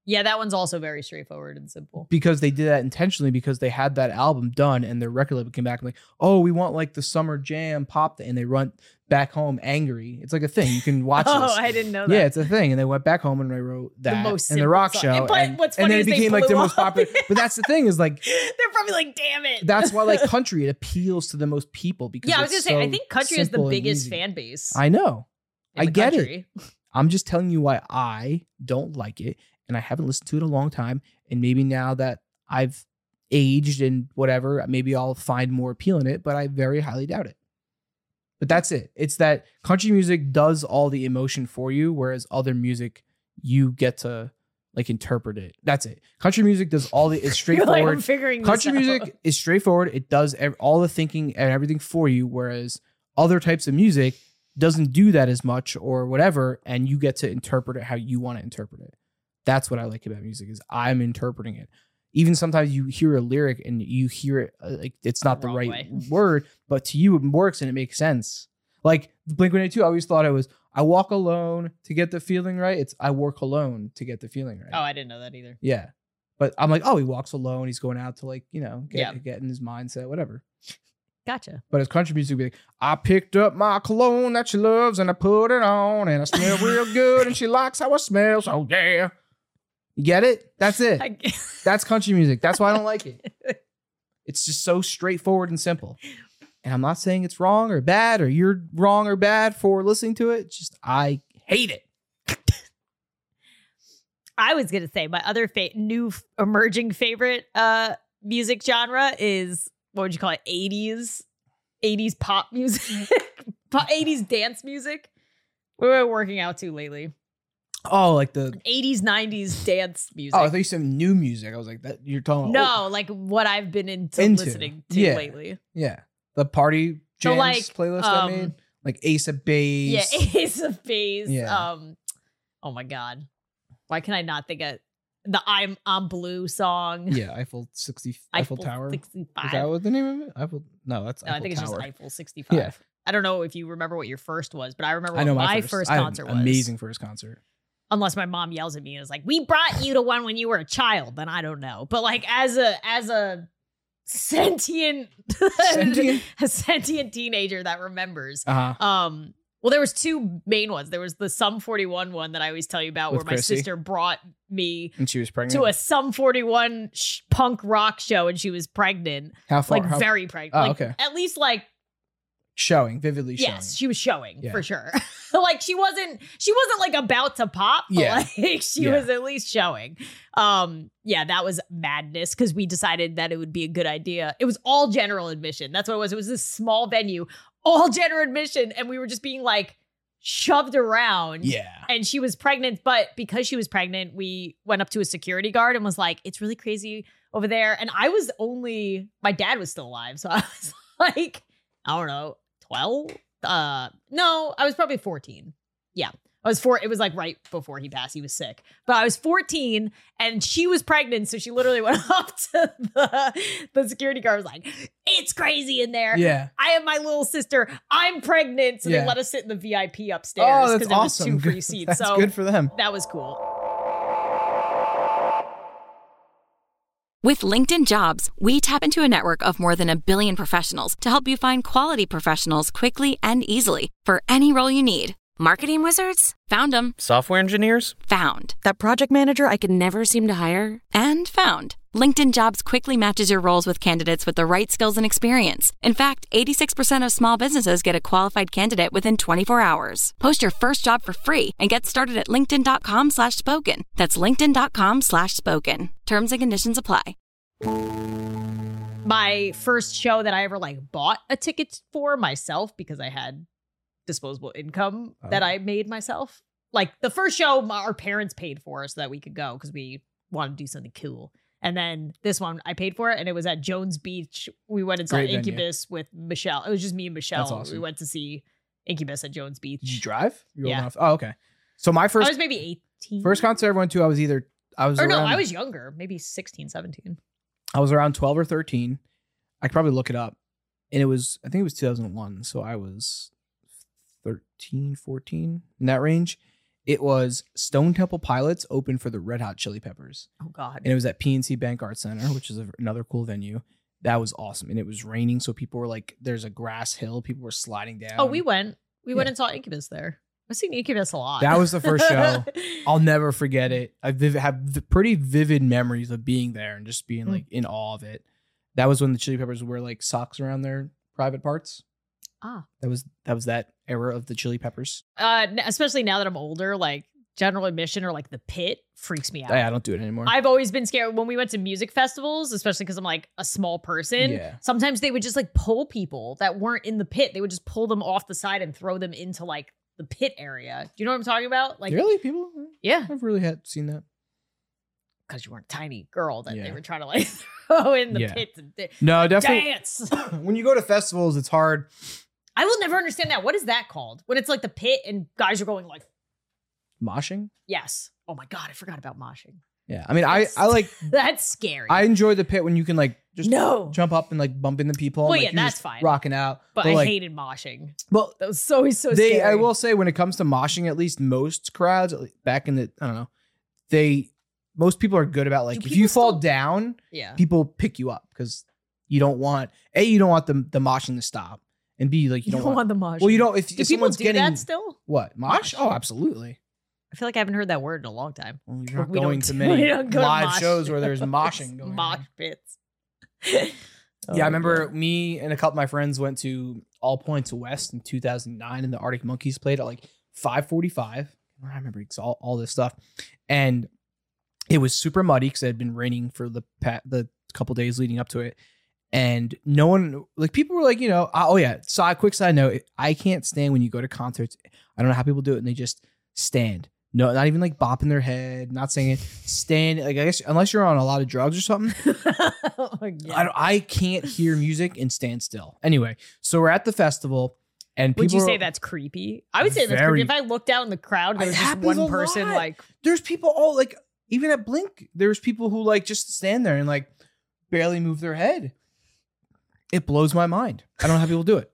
Speaker 1: Yeah, that one's also very straightforward and simple.
Speaker 2: because they did that intentionally because they had that album done and their record label came back and like, oh, we want like the summer jam pop, th-" and they run back home angry. It's like a thing you can watch.
Speaker 1: oh,
Speaker 2: this.
Speaker 1: I didn't know that.
Speaker 2: yeah, it's a thing, and they went back home and they wrote that
Speaker 1: most
Speaker 2: and the
Speaker 1: simple
Speaker 2: rock
Speaker 1: song.
Speaker 2: show,
Speaker 1: But
Speaker 2: and,
Speaker 1: what's
Speaker 2: and
Speaker 1: funny
Speaker 2: then
Speaker 1: is
Speaker 2: it
Speaker 1: they
Speaker 2: became like
Speaker 1: blew
Speaker 2: their most
Speaker 1: up.
Speaker 2: popular. But that's the thing is like
Speaker 1: They're probably like, damn it.
Speaker 2: that's why like country it appeals to the most people because
Speaker 1: yeah, I was
Speaker 2: it's
Speaker 1: gonna say, I
Speaker 2: so
Speaker 1: think country is the
Speaker 2: simple and
Speaker 1: biggest
Speaker 2: easy.
Speaker 1: fan base.
Speaker 2: I know.
Speaker 1: in
Speaker 2: I
Speaker 1: the
Speaker 2: get it.
Speaker 1: country.
Speaker 2: I'm just telling you why I don't like it and I haven't listened to it in a long time. And maybe now that I've aged and whatever, maybe I'll find more appeal in it, but I very highly doubt it. But that's it. It's that country music does all the emotion for you, whereas other music you get to like interpret it. That's it. Country music does all the it's
Speaker 1: You're like, I'm
Speaker 2: straightforward.
Speaker 1: figuring this
Speaker 2: Country
Speaker 1: out.
Speaker 2: music is straightforward. It does ev- all the thinking and everything for you, whereas other types of music doesn't do that as much or whatever, and you get to interpret it how you want to interpret it. That's what I like about music is I'm interpreting it. Even sometimes you hear a lyric and you hear it uh, like it's not the
Speaker 1: Wrong
Speaker 2: right
Speaker 1: way.
Speaker 2: word, but to you it works and it makes sense. Like Blink One Eight Two, I always thought it was I walk alone to get the feeling right. It's I work alone to get the feeling right.
Speaker 1: Oh, I didn't know that either.
Speaker 2: Yeah. But I'm like, oh, he walks alone. He's going out to like, you know, get,
Speaker 1: Yeah.
Speaker 2: get in his mindset, whatever.
Speaker 1: Gotcha.
Speaker 2: But his country music would be like, I picked up my cologne that she loves and I put it on and I smell real good and she likes how it smells. Oh, yeah. You get it? That's it.
Speaker 1: I,
Speaker 2: That's country music. That's why I don't like it. It's just so straightforward and simple. And I'm not saying it's wrong or bad or you're wrong or bad for listening to it. Just, I hate it.
Speaker 1: I was gonna say my other fa- new f- emerging favorite uh music genre is what would you call it? Eighties, eighties pop music, eighties dance music. We were working out to lately.
Speaker 2: Oh, like the,
Speaker 1: Eighties, nineties dance music.
Speaker 2: oh, I thought you said new music. I was like, that you're talking about.
Speaker 1: no, like what I've been into,
Speaker 2: Into,
Speaker 1: listening to
Speaker 2: yeah.
Speaker 1: lately.
Speaker 2: Yeah. The party
Speaker 1: So,
Speaker 2: jams
Speaker 1: like,
Speaker 2: playlist
Speaker 1: um,
Speaker 2: I made. Like Ace of Base.
Speaker 1: Yeah, Ace of Base.
Speaker 2: Yeah.
Speaker 1: Um, oh my god, why can I not think of the "I'm I'm Blue" song?
Speaker 2: Yeah, Eiffel 60 Eiffel, Tower. Is
Speaker 1: 65.
Speaker 2: that what the name of it? Eiffel No, that's
Speaker 1: No,
Speaker 2: Eiffel
Speaker 1: I think it's
Speaker 2: Tower.
Speaker 1: just Eiffel 65.
Speaker 2: Yeah.
Speaker 1: I don't know if you remember what your first was, but I remember what
Speaker 2: I know
Speaker 1: my,
Speaker 2: my,
Speaker 1: first,
Speaker 2: I had an
Speaker 1: concert was.
Speaker 2: Amazing first concert.
Speaker 1: Unless my mom yells at me and is like, "We brought you to one when you were a child," then I don't know. But like as a as a sentient
Speaker 2: Sentient?
Speaker 1: a sentient teenager that remembers.
Speaker 2: Uh-huh.
Speaker 1: Um well there was two main ones. There was the Sum 41 one that I always tell you about
Speaker 2: With
Speaker 1: where my
Speaker 2: Chrissy.
Speaker 1: sister brought me
Speaker 2: And she was pregnant.
Speaker 1: to a Sum 41 sh- punk rock show and she was pregnant.
Speaker 2: how far
Speaker 1: like
Speaker 2: how,
Speaker 1: very pregnant.
Speaker 2: Oh,
Speaker 1: like
Speaker 2: okay.
Speaker 1: at least like
Speaker 2: showing, vividly showing.
Speaker 1: Yes, she was showing
Speaker 2: Yeah.
Speaker 1: for sure. like she wasn't she wasn't like about to pop, but
Speaker 2: Yeah.
Speaker 1: like she
Speaker 2: Yeah.
Speaker 1: was at least showing. Um yeah, that was madness cuz we decided that it would be a good idea. It was all general admission. That's what it was. It was this small venue, all general admission and we were just being like shoved around.
Speaker 2: Yeah.
Speaker 1: And she was pregnant, but because she was pregnant, we went up to a security guard and was like, "It's really crazy over there." And I was only my dad was still alive, so I was like, I don't know, 12? Uh no, I was probably 14. Yeah. I was four. It was like right before he passed. He was sick, but I was 14 and she was pregnant. So she literally went up to the, the security guard. Was like, "It's crazy in there.
Speaker 2: Yeah.
Speaker 1: I have my little sister. I'm pregnant." So they
Speaker 2: Yeah.
Speaker 1: let us sit in the VIP
Speaker 2: Oh,
Speaker 1: upstairs
Speaker 2: that's
Speaker 1: there was
Speaker 2: awesome.
Speaker 1: two free
Speaker 2: Good-
Speaker 1: seats.
Speaker 2: that's
Speaker 1: So
Speaker 2: good for them.
Speaker 1: that was cool.
Speaker 7: With LinkedIn Jobs, we tap into a network of more than a billion professionals to help you find quality professionals quickly and easily for any role you need. Marketing wizards? Found them.
Speaker 8: Software engineers?
Speaker 7: Found.
Speaker 8: That project manager I could never seem to hire?
Speaker 7: And found. LinkedIn Jobs quickly matches your roles with candidates with the right skills and experience. In fact, 86% of small businesses get a qualified candidate within 24 hours. Post your first job for free and get started at linkedin.com slash spoken. That's linkedin.com slash spoken. Terms and conditions apply.
Speaker 1: My first show that I ever like bought a ticket for myself because I had disposable income that
Speaker 2: Oh.
Speaker 1: I made myself. Like the first show, my, our parents paid for so that we could go because we wanted to do something cool. And then this one, I paid for it, and it was at Jones Beach. We went and saw
Speaker 2: Great venue.
Speaker 1: Incubus with Michelle. It was just me and Michelle.
Speaker 2: awesome.
Speaker 1: We went to see Incubus at Jones Beach.
Speaker 2: Did you drive? You were
Speaker 1: Yeah.
Speaker 2: old enough- Oh, okay. So my
Speaker 1: I
Speaker 2: first
Speaker 1: was maybe 18.
Speaker 2: first concert I went to, I was either I was
Speaker 1: Or no,
Speaker 2: around-
Speaker 1: I was younger, maybe 16, 17.
Speaker 2: I was around 12 or 13. I could probably look it up. And it was, I think it was 2001. So I was 13, 14, in that range. It was Stone Temple Pilots open for the Red Hot Chili Peppers.
Speaker 1: Oh, God.
Speaker 2: And it was at PNC Bank Arts Center, which is a, another cool venue. That was awesome. And it was raining. So people were like, there's a grass hill. People were sliding down.
Speaker 1: Oh, we went. We went
Speaker 2: Um, yeah.
Speaker 1: and saw Incubus there. I've seen Incubus a lot.
Speaker 2: That was the first show. I'll never forget it. I viv- have v- pretty vivid memories of being there and just being
Speaker 1: Mm.
Speaker 2: like in awe of it. That was when the Chili Peppers wear like socks around their private parts.
Speaker 1: Ah.
Speaker 2: that was that was that era of the Chili Peppers.
Speaker 1: uh, n- especially now that I'm older, like general admission or like the pit freaks me out.
Speaker 2: Yeah, I don't do it anymore.
Speaker 1: I've always been scared when we went to music festivals, especially because I'm like a small person.
Speaker 2: Yeah.
Speaker 1: Sometimes they would just like pull people that weren't in the pit. They would just pull them off the side and throw them into like the pit area. Do you know what I'm talking about? Like
Speaker 2: really, people. uh,
Speaker 1: Yeah.
Speaker 2: I've really had seen that.
Speaker 1: Because you weren't a tiny girl that they
Speaker 2: Yeah.
Speaker 1: were trying to like throw in the
Speaker 2: Yeah.
Speaker 1: pits and di-
Speaker 2: No, definitely.
Speaker 1: dance.
Speaker 2: when you go to festivals, it's hard.
Speaker 1: I will never understand that. What is that called? When it's like the pit and guys are going like,
Speaker 2: Moshing.
Speaker 1: yes. Oh my God, I forgot about moshing.
Speaker 2: Yeah, I mean, I I like
Speaker 1: That's scary.
Speaker 2: I enjoy the pit when you can like just
Speaker 1: No.
Speaker 2: jump up and like bump into people.
Speaker 1: Well,
Speaker 2: and, like,
Speaker 1: yeah,
Speaker 2: you're
Speaker 1: that's
Speaker 2: just
Speaker 1: fine.
Speaker 2: Rocking out,
Speaker 1: but I
Speaker 2: like,
Speaker 1: hated moshing.
Speaker 2: Well,
Speaker 1: That was so so
Speaker 2: they
Speaker 1: scary.
Speaker 2: I will say when it comes to moshing, at least most crowds at least back in the I don't know, they most people are good about like
Speaker 1: Do
Speaker 2: if you
Speaker 1: people
Speaker 2: fall
Speaker 1: still-
Speaker 2: down,
Speaker 1: Yeah.
Speaker 2: people pick you up because you don't want a you don't want the the moshing to stop and b like you,
Speaker 1: You don't, want, the moshing.
Speaker 2: well you don't if,
Speaker 1: Do
Speaker 2: if
Speaker 1: people
Speaker 2: someone's
Speaker 1: do
Speaker 2: getting
Speaker 1: that still?
Speaker 2: what mosh?
Speaker 1: Mosh.
Speaker 2: Oh, absolutely.
Speaker 1: I feel like I haven't heard that word in a long time.
Speaker 2: Well,
Speaker 1: But
Speaker 2: you're not
Speaker 1: we don't
Speaker 2: going to
Speaker 1: do-
Speaker 2: many
Speaker 1: we don't go to
Speaker 2: live
Speaker 1: mosh
Speaker 2: shows where there's
Speaker 1: shows.
Speaker 2: moshing going
Speaker 1: mosh
Speaker 2: on.
Speaker 1: pits. Oh,
Speaker 2: yeah, I remember me and a couple of my friends went to All Points West in 2009, and the Arctic Monkeys played at like 5:45. I remember it's all, all this stuff, and it was super muddy because it had been raining for the pa- the couple days leading up to it, and no one like people were like you know oh yeah. Side quick side note, I can't stand when you go to concerts. I don't know how people do it, and they just stand. No, not even like bopping their head, not saying it. Stand like I guess unless you're on a lot of drugs or something.
Speaker 1: oh, yeah.
Speaker 2: I, don't- I can't hear music and stand still. Anyway, so we're at the festival, and people
Speaker 1: would you
Speaker 2: are-
Speaker 1: say that's creepy? I would say that's
Speaker 2: Very-
Speaker 1: creepy. If I looked out in the crowd, there
Speaker 2: It
Speaker 1: was just
Speaker 2: happens a
Speaker 1: one person
Speaker 2: lot.
Speaker 1: like
Speaker 2: there's people all like even at Blink, there's people who like just stand there and like barely move their head. It blows my mind. I don't know how people do it.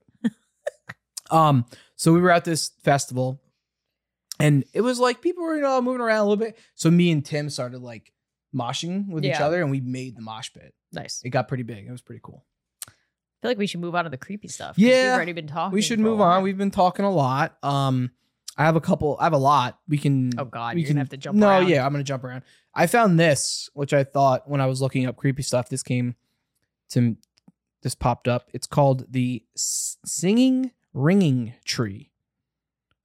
Speaker 2: um, so we were at this festival, and it was like people were you know moving around a little bit. So me and Tim started like moshing with each
Speaker 1: Yeah.
Speaker 2: other, and we made the mosh pit.
Speaker 1: nice. I
Speaker 2: It got pretty big. It was pretty cool.
Speaker 1: feel like we should move on to the creepy stuff. 'cause we've
Speaker 2: Yeah.
Speaker 1: already been talking.
Speaker 2: we should
Speaker 1: for a
Speaker 2: move
Speaker 1: while.
Speaker 2: on. We've been talking a lot. Um, I have a couple. I have a lot. We can.
Speaker 1: Oh, God,
Speaker 2: we
Speaker 1: you're gonna have to jump
Speaker 2: No,
Speaker 1: around.
Speaker 2: yeah, I'm gonna jump around. I found this, which I thought when I was looking up creepy stuff, this came to this popped up. It's called the S- singing ringing tree.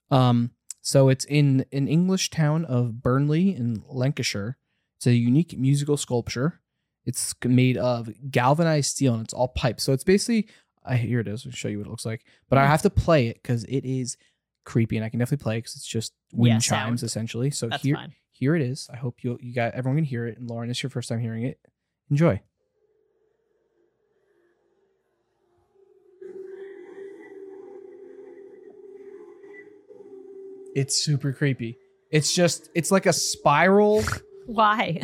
Speaker 2: Um, so it's in an English town of Burnley in Lancashire. It's a unique musical sculpture. It's made of galvanized steel and it's all pipes. So it's basically I here it is. I'll show you what it looks like. But
Speaker 1: Hmm.
Speaker 2: I have to play it because it is creepy, and I can definitely play because it's just wind
Speaker 1: Yeah,
Speaker 2: chimes
Speaker 1: sound.
Speaker 2: essentially. So
Speaker 1: That's
Speaker 2: here,
Speaker 1: fine.
Speaker 2: here it is. I hope you you got everyone can hear it. And Lauren, this is your first time hearing it. Enjoy. It's super creepy. It's just it's like a spiral.
Speaker 1: Why?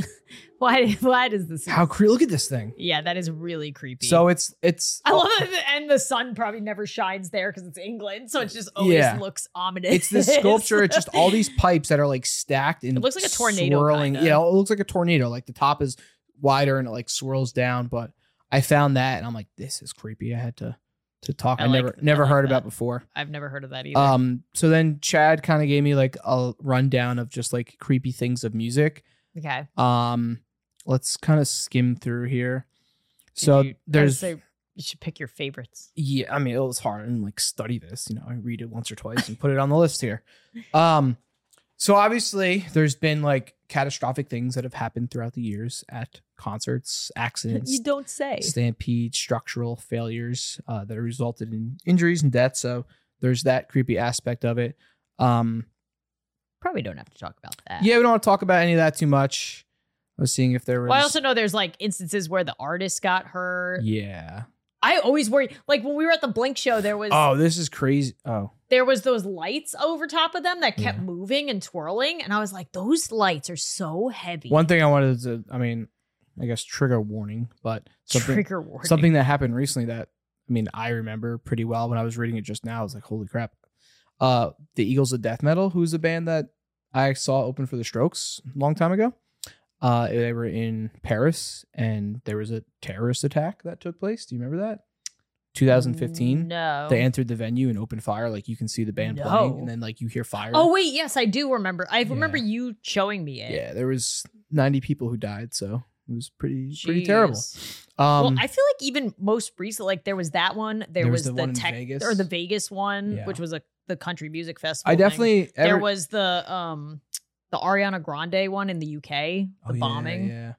Speaker 1: why? Why does this?
Speaker 2: How creepy! Look at this thing.
Speaker 1: yeah, that is really creepy.
Speaker 2: So it's it's
Speaker 1: I love it, and the sun probably never shines there because it's England, so it just always
Speaker 2: Yeah.
Speaker 1: looks ominous.
Speaker 2: it's this sculpture. It's just all these pipes that are like stacked and
Speaker 1: It looks like a tornado,
Speaker 2: Swirling.
Speaker 1: kinda.
Speaker 2: Yeah, it looks like a tornado. Like the top is wider and it like swirls down. But I found that and I'm like, this is creepy. I had to to talk. I,
Speaker 1: I like-
Speaker 2: never
Speaker 1: I
Speaker 2: never
Speaker 1: like
Speaker 2: heard
Speaker 1: that.
Speaker 2: about before.
Speaker 1: I've never heard of that either.
Speaker 2: Um. So then Chad kind of gave me like a rundown of just like creepy things of music.
Speaker 1: okay,
Speaker 2: Um. Let's kind of skim through here.
Speaker 1: Did
Speaker 2: So
Speaker 1: you- I would
Speaker 2: there's
Speaker 1: say you should pick your favorites.
Speaker 2: yeah i mean it was hard and like study this you know i read it once or twice and put it on the list here um so obviously there's been like catastrophic things that have happened throughout the years at concerts accidents
Speaker 1: You don't say.
Speaker 2: stampede structural failures uh, that have resulted in injuries and deaths so there's that creepy aspect of it um
Speaker 1: Probably don't have to talk about that.
Speaker 2: yeah we don't want to talk about any of that too much i was seeing if there was
Speaker 1: Well, I also know there's like instances where the artist got hurt.
Speaker 2: yeah
Speaker 1: I always worry. Like when we were at the Blink show, there was
Speaker 2: oh this is crazy oh
Speaker 1: there was those lights over top of them that kept
Speaker 2: Yeah.
Speaker 1: moving and twirling, and I was like, those lights are so heavy.
Speaker 2: one thing i wanted to i mean i guess trigger warning but something
Speaker 1: trigger warning.
Speaker 2: something that happened recently that I mean I remember pretty well when I was reading it just now. I was like, holy crap! Uh, the Eagles of Death Metal, who's a band that I saw open for the Strokes a long time ago. Uh, they were in Paris, and there was a terrorist attack that took place. Do you remember that? 2015.
Speaker 1: Mm, No.
Speaker 2: They entered the venue and opened fire. Like you can see the band playing,
Speaker 1: No.
Speaker 2: and then like you hear fire.
Speaker 1: oh wait, yes, I do remember. I
Speaker 2: Yeah.
Speaker 1: remember you showing me it.
Speaker 2: yeah. There was 90 people who died, so it was pretty pretty terrible.
Speaker 1: Jeez. well,
Speaker 2: Um,
Speaker 1: I feel like even most recent, like there was that one. There,
Speaker 2: There was
Speaker 1: was,
Speaker 2: the
Speaker 1: the,
Speaker 2: one in
Speaker 1: tech
Speaker 2: Vegas.
Speaker 1: or the Vegas one,
Speaker 2: Yeah.
Speaker 1: which was a the country music festival.
Speaker 2: I
Speaker 1: thing.
Speaker 2: definitely
Speaker 1: there
Speaker 2: every-
Speaker 1: was the um the Ariana Grande one in the UK, the
Speaker 2: Oh, yeah,
Speaker 1: bombing.
Speaker 2: yeah.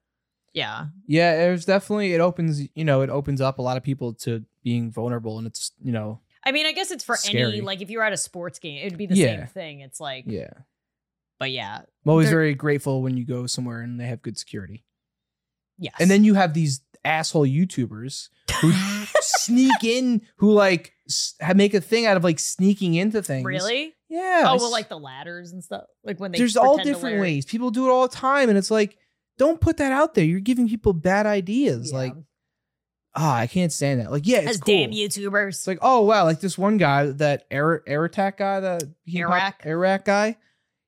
Speaker 1: Yeah.
Speaker 2: Yeah, it was definitely it opens you know it opens up a lot of people to being vulnerable and it's you know
Speaker 1: I mean, I guess it's for
Speaker 2: Scary.
Speaker 1: any like if you were at a sports game, it'd be the
Speaker 2: Yeah.
Speaker 1: same thing. It's like
Speaker 2: yeah
Speaker 1: But yeah,
Speaker 2: I'm always
Speaker 1: They're-
Speaker 2: very grateful when you go somewhere and they have good security.
Speaker 1: yes.
Speaker 2: And then you have these asshole YouTubers who sneak in, who like s- ha- make a thing out of like sneaking into things.
Speaker 1: really?
Speaker 2: Yeah. I
Speaker 1: oh,
Speaker 2: s-
Speaker 1: well, like the ladders and stuff. Like when they
Speaker 2: there's all
Speaker 1: pretend to
Speaker 2: different
Speaker 1: wear-
Speaker 2: ways. People do it all the time, and it's like, don't put that out there. You're giving people bad ideas.
Speaker 1: Yeah.
Speaker 2: Like, ah, I can't stand that. Like, yeah, it's
Speaker 1: As
Speaker 2: cool.
Speaker 1: damn YouTubers.
Speaker 2: It's like, oh wow, like this one guy, that air air attack guy, that he
Speaker 1: Iraq.
Speaker 2: Iraq guy,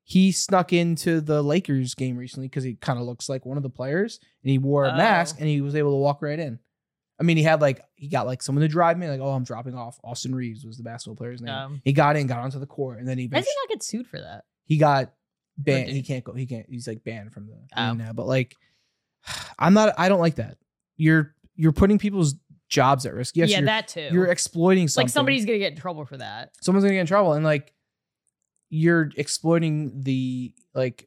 Speaker 2: he snuck into the Lakers game recently because he kind of looks like one of the players, and he wore a mask,
Speaker 1: Oh.
Speaker 2: and he was able to walk right in. I mean, he had like he got like someone to drive me, like, oh, I'm dropping off. Austin Reeves was the basketball player's name.
Speaker 1: Um,
Speaker 2: He got in, got onto the court, and then he
Speaker 1: Why does
Speaker 2: eventually-
Speaker 1: he not get sued for that?
Speaker 2: he got banned.
Speaker 1: did
Speaker 2: He
Speaker 1: he?
Speaker 2: can't go. He can't. He's like banned from the
Speaker 1: Oh.
Speaker 2: arena. But like, I'm not. I don't like that. You're you're putting people's jobs at risk. Yes,
Speaker 1: yeah,
Speaker 2: you're,
Speaker 1: that too.
Speaker 2: you're exploiting
Speaker 1: It's
Speaker 2: something.
Speaker 1: like somebody's gonna get in trouble for that.
Speaker 2: someone's gonna get in trouble, and like, you're exploiting the like,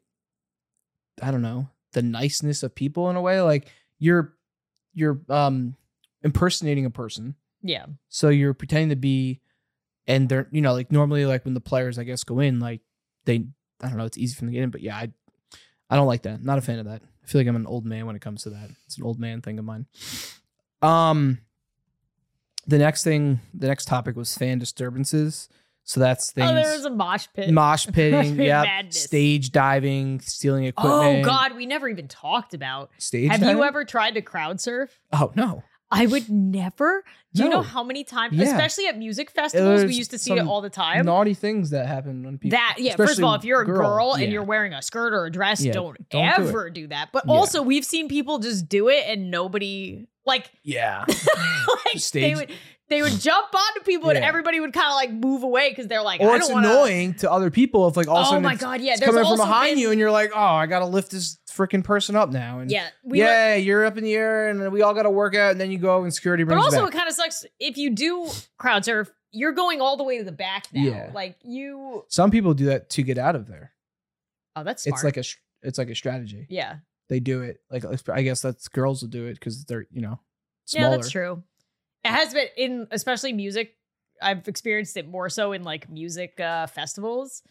Speaker 2: I don't know, the niceness of people in a way. Like you're you're um impersonating a person.
Speaker 1: Yeah. Oh,
Speaker 2: So you're pretending to be, and they're you know like normally like when the players I guess go in like they I don't know it's easy for them to get in but yeah I I don't like that not a fan of that I feel like I'm an old man when it comes to that it's an old man thing of mine. Um, the next thing the next topic was fan disturbances so that's things
Speaker 1: Oh, there was a mosh pit.
Speaker 2: mosh pitting yeah
Speaker 1: Madness.
Speaker 2: stage diving stealing
Speaker 1: oh
Speaker 2: equipment
Speaker 1: God, we never even talked about.
Speaker 2: stage
Speaker 1: Have
Speaker 2: diving?
Speaker 1: you ever tried to crowd surf?
Speaker 2: oh no
Speaker 1: I would never. Do you
Speaker 2: No.
Speaker 1: know how many times,
Speaker 2: Yeah.
Speaker 1: especially at music festivals, we
Speaker 2: There's
Speaker 1: used to see it
Speaker 2: some
Speaker 1: all the time?
Speaker 2: naughty things that happen when people
Speaker 1: that yeah. First of
Speaker 2: especially
Speaker 1: all, if you're a girl, and
Speaker 2: yeah.
Speaker 1: you're wearing a skirt or a dress,
Speaker 2: Yeah,
Speaker 1: don't,
Speaker 2: don't do it.
Speaker 1: ever do, that. But
Speaker 2: Yeah.
Speaker 1: also, we've seen people just do it and nobody like
Speaker 2: yeah
Speaker 1: like they
Speaker 2: Stage-
Speaker 1: would they would jump onto people and
Speaker 2: Yeah.
Speaker 1: everybody would kind of like move away because they're like,
Speaker 2: or
Speaker 1: I
Speaker 2: it's
Speaker 1: don't wanna-
Speaker 2: annoying to other people if like all of a
Speaker 1: Oh
Speaker 2: sudden
Speaker 1: my
Speaker 2: it's-
Speaker 1: god, yeah.
Speaker 2: it's
Speaker 1: There's
Speaker 2: coming from
Speaker 1: also
Speaker 2: behind
Speaker 1: been-
Speaker 2: you and you're like oh i gotta lift this freaking person up now and
Speaker 1: Yeah, we were-
Speaker 2: yeah you're up in the air and we all gotta work out and then you go and security
Speaker 1: but
Speaker 2: brings
Speaker 1: also
Speaker 2: you
Speaker 1: it
Speaker 2: back.
Speaker 1: kind of sucks if you do crowd surf. You're going all the way to the back now.
Speaker 2: Yeah.
Speaker 1: Like you.
Speaker 2: some people do that to get out of there
Speaker 1: Oh, that's smart.
Speaker 2: it's like a sh- it's like a strategy
Speaker 1: yeah.
Speaker 2: they do it like i guess that's girls will do it because they're you know smaller
Speaker 1: Yeah, that's true. It has been in especially music. I've experienced it more so in like music uh, festivals.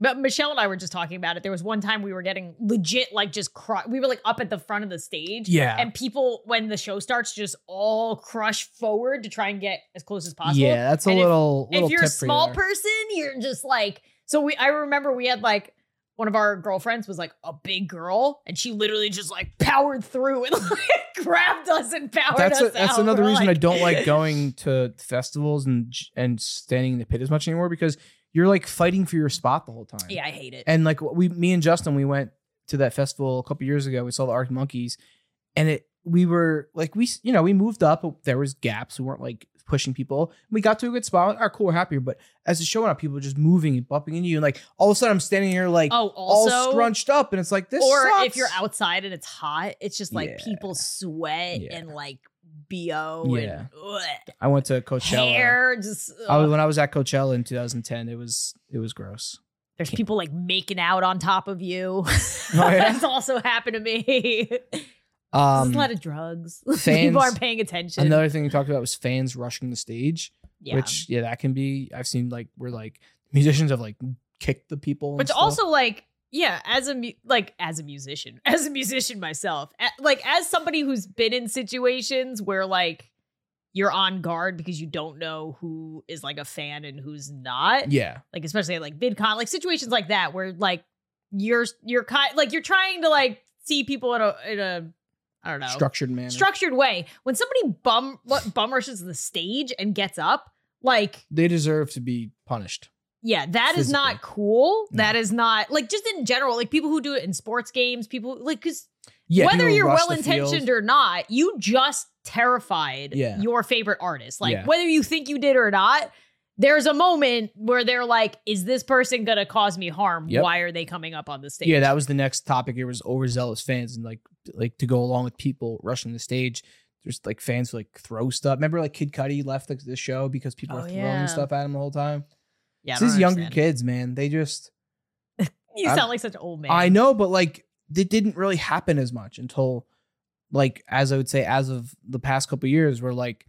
Speaker 1: But Michelle and I were just talking about it. There was one time we were getting legit like just cru- we were like up at the front of the stage.
Speaker 2: Yeah.
Speaker 1: And people when the show starts just all crush forward to try and get as close as possible.
Speaker 2: yeah that's a
Speaker 1: And if-
Speaker 2: little little
Speaker 1: if you're a
Speaker 2: tip for you
Speaker 1: small
Speaker 2: there.
Speaker 1: person, you're just like so we I remember we had like one of our girlfriends was like a big girl and she literally just like powered through and like grabbed us and powered
Speaker 2: that's
Speaker 1: us
Speaker 2: a, that's
Speaker 1: out.
Speaker 2: another
Speaker 1: We're
Speaker 2: reason I don't like going to festivals and and standing in the pit as much anymore because you're like fighting for your spot the whole time.
Speaker 1: Yeah, I hate it.
Speaker 2: And like we, me and Justin, we went to that festival a couple years ago. We saw the Arctic Monkeys, and it we were like we you know we moved up. But there was gaps. We weren't like pushing people. We got to a good spot. Our cool, we're happier. But as the show went up, people were just moving and bumping into you, and like all of a sudden I'm standing here like
Speaker 1: oh,
Speaker 2: all
Speaker 1: also
Speaker 2: scrunched up, and it's like this.
Speaker 1: or
Speaker 2: sucks.
Speaker 1: if you're outside and it's hot, it's just like
Speaker 2: Yeah.
Speaker 1: people sweat
Speaker 2: Yeah.
Speaker 1: and like bo
Speaker 2: Yeah.
Speaker 1: and ugh,
Speaker 2: I went to Coachella.
Speaker 1: hair. Just
Speaker 2: I was,
Speaker 1: ugh.
Speaker 2: when I was at Coachella in 2010, it was it was gross.
Speaker 1: there's people like making out on top of you.
Speaker 2: Oh, yeah?
Speaker 1: That's also happened to me.
Speaker 2: Um,
Speaker 1: There's a lot of drugs.
Speaker 2: fans-
Speaker 1: people aren't paying attention.
Speaker 2: another thing we talked about was fans rushing the stage,
Speaker 1: yeah.
Speaker 2: which yeah, that can be. I've seen like where like musicians have like kicked the people, and
Speaker 1: which
Speaker 2: stuff.
Speaker 1: also like yeah as a mu- like as a musician as a musician myself a- like as somebody who's been in situations where like you're on guard because you don't know who is like a fan and who's not
Speaker 2: yeah,
Speaker 1: like especially at like VidCon like situations like that where like you're you're kind like you're trying to like see people in a in a I don't know
Speaker 2: structured manner.
Speaker 1: structured way when somebody bum what bum rushes the stage and gets up like
Speaker 2: they deserve to be punished.
Speaker 1: yeah, that is not
Speaker 2: Physically.
Speaker 1: cool.
Speaker 2: No.
Speaker 1: That is not like just in general, like people who do it in sports games, people like because
Speaker 2: Yeah,
Speaker 1: whether
Speaker 2: people
Speaker 1: you're
Speaker 2: rush the
Speaker 1: well intentioned
Speaker 2: field.
Speaker 1: or not, you just terrified
Speaker 2: Yeah.
Speaker 1: your favorite artist. Like
Speaker 2: Yeah.
Speaker 1: whether you think you did or not, there's a moment where they're like, "Is this person gonna cause me harm?
Speaker 2: Yep.
Speaker 1: Why are they coming up on the stage?"
Speaker 2: yeah, that was the next topic. It was overzealous fans and like like to go along with people rushing the stage. There's like fans who like throw stuff. Remember like Kid Cudi left the, the show because people
Speaker 1: Oh,
Speaker 2: were throwing
Speaker 1: yeah.
Speaker 2: stuff at him the whole time.
Speaker 1: yeah. I
Speaker 2: It's
Speaker 1: don't
Speaker 2: these younger
Speaker 1: understand.
Speaker 2: kids, man. They just
Speaker 1: You
Speaker 2: I'm-
Speaker 1: sound like such an old man.
Speaker 2: I know, but like it didn't really happen as much until like as I would say as of the past couple years where like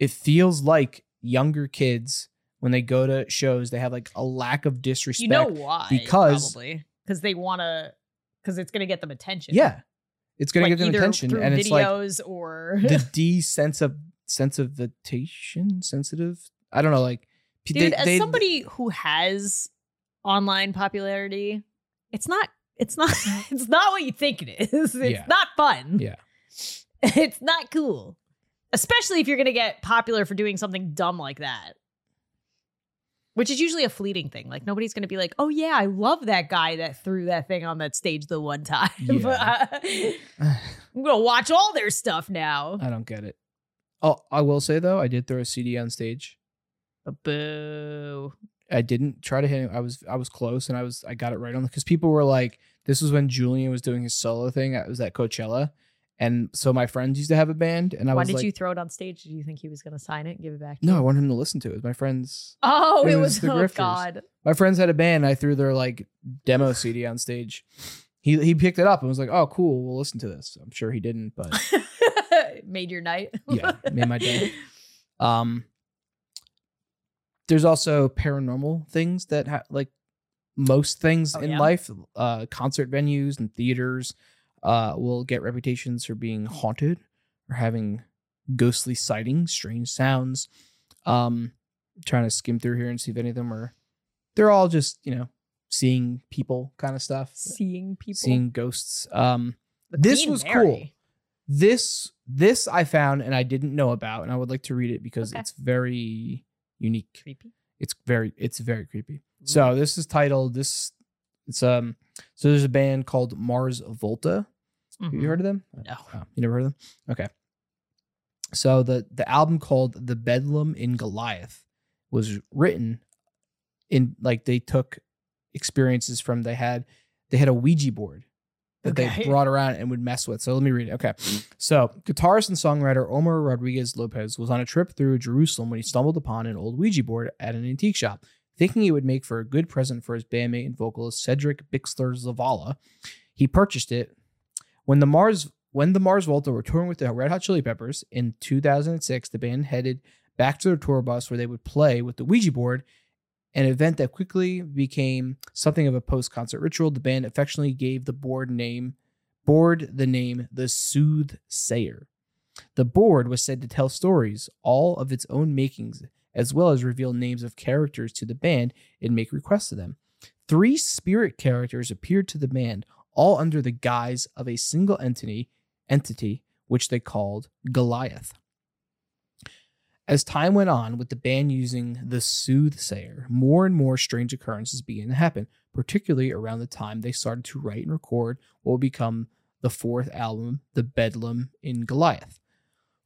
Speaker 2: it feels like younger kids when they go to shows they have like a lack of disrespect
Speaker 1: You know why?
Speaker 2: because
Speaker 1: probably because they want to because it's going to get them attention.
Speaker 2: Yeah, it's gonna
Speaker 1: Like,
Speaker 2: get them
Speaker 1: either
Speaker 2: attention,
Speaker 1: through
Speaker 2: and it's like
Speaker 1: videos or
Speaker 2: the desensitive sensivitation sensitive. I don't know, like p-
Speaker 1: dude. as somebody who has online popularity, it's not it's not it's not what you think it is. It's
Speaker 2: Yeah.
Speaker 1: not fun.
Speaker 2: yeah,
Speaker 1: it's not cool. Especially if you're going to get popular for doing something dumb like that. Which is usually a fleeting thing. Like nobody's going to be like, "Oh yeah, I love that guy that threw that thing on that stage the one time." uh,
Speaker 2: Yeah.
Speaker 1: I'm going to watch all their stuff now.
Speaker 2: I don't get it. Oh, I will say though, I did throw a CD on stage.
Speaker 1: Boo.
Speaker 2: I didn't try to hit it. I was I was close, and I was I got it right on because people were like, this was when Julian was doing his solo thing. I was at Coachella, and so my friends used to have a band, and I
Speaker 1: Why
Speaker 2: was
Speaker 1: did
Speaker 2: like,
Speaker 1: you throw it on stage? Did you think he was going to sign it and give it back? to
Speaker 2: no, I
Speaker 1: you?
Speaker 2: wanted him to listen to it. It was My friends,
Speaker 1: Oh,
Speaker 2: It
Speaker 1: it, was,
Speaker 2: was the
Speaker 1: oh
Speaker 2: grifters.
Speaker 1: god.
Speaker 2: my friends had a band. I threw their like demo CD on stage. He he picked it up and was like, oh cool, we'll listen to this. I'm sure he didn't, but
Speaker 1: Made your night.
Speaker 2: Yeah, made my day. Um, there's also paranormal things that ha- like most things
Speaker 1: Oh,
Speaker 2: in
Speaker 1: yeah?
Speaker 2: life, uh, concert venues and theaters uh, will get reputations for being haunted or having ghostly sightings, strange sounds. Um, trying to skim through here and see if any of them are. They're all just you know seeing people kind of stuff,
Speaker 1: Seeing people.
Speaker 2: seeing ghosts. Um,
Speaker 1: The
Speaker 2: this
Speaker 1: Queen
Speaker 2: was
Speaker 1: Mary.
Speaker 2: cool this this I found and I didn't know about, and I would like to read it because
Speaker 1: Okay.
Speaker 2: it's very unique.
Speaker 1: Creepy.
Speaker 2: It's very it's very creepy. So this is titled this it's um so there's a band called Mars Volta. Have
Speaker 1: Mhm.
Speaker 2: you heard of them?
Speaker 1: No.
Speaker 2: Oh, you never heard of them? Okay. So the the album called The Bedlam in Goliath was written in like they took experiences from they had they had a Ouija board that they
Speaker 1: Okay.
Speaker 2: brought around and would mess with. So let me read it. Okay. So guitarist and songwriter Omar Rodriguez Lopez was on a trip through Jerusalem when he stumbled upon an old Ouija board at an antique shop. Thinking it would make for a good present for his bandmate and vocalist Cedric Bixler Zavala, he purchased it. When the Mars when the Mars Volta were touring with the Red Hot Chili Peppers in 2006, the band headed back to their tour bus where they would play with the Ouija board, an event that quickly became something of a post-concert ritual. The band affectionately gave the board name board the name the Soothsayer. The board was said to tell stories, all of its own makings, as well as reveal names of characters to the band and make requests to them. Three spirit characters appeared to the band, all under the guise of a single entity, entity which they called Goliath. As time went on, with the band using the soothsayer, more and more strange occurrences began to happen, particularly around the time they started to write and record what would become the fourth album, The Bedlam in Goliath.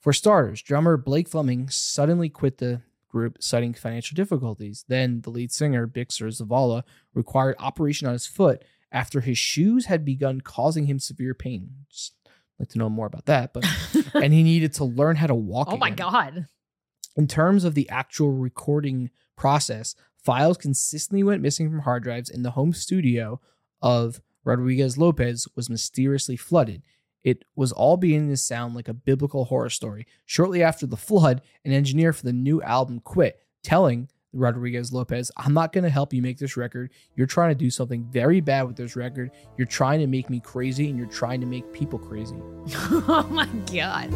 Speaker 2: For starters, drummer Blake Fleming suddenly quit the group, citing financial difficulties. Then the lead singer, Bixer Zavala, required operation on his foot after his shoes had begun causing him severe pain. Just like to know more about that, but and he needed to learn how to walk.
Speaker 1: Oh my
Speaker 2: again.
Speaker 1: god.
Speaker 2: In terms of the actual recording process, files consistently went missing from hard drives, and the home studio of Rodriguez Lopez was mysteriously flooded. It was all beginning to sound like a biblical horror story. Shortly after the flood, an engineer for the new album quit, telling Rodriguez Lopez, I'm not going to help you make this record. You're trying to do something very bad with this record. You're trying to make me crazy, and you're trying to make people crazy.
Speaker 1: oh my god.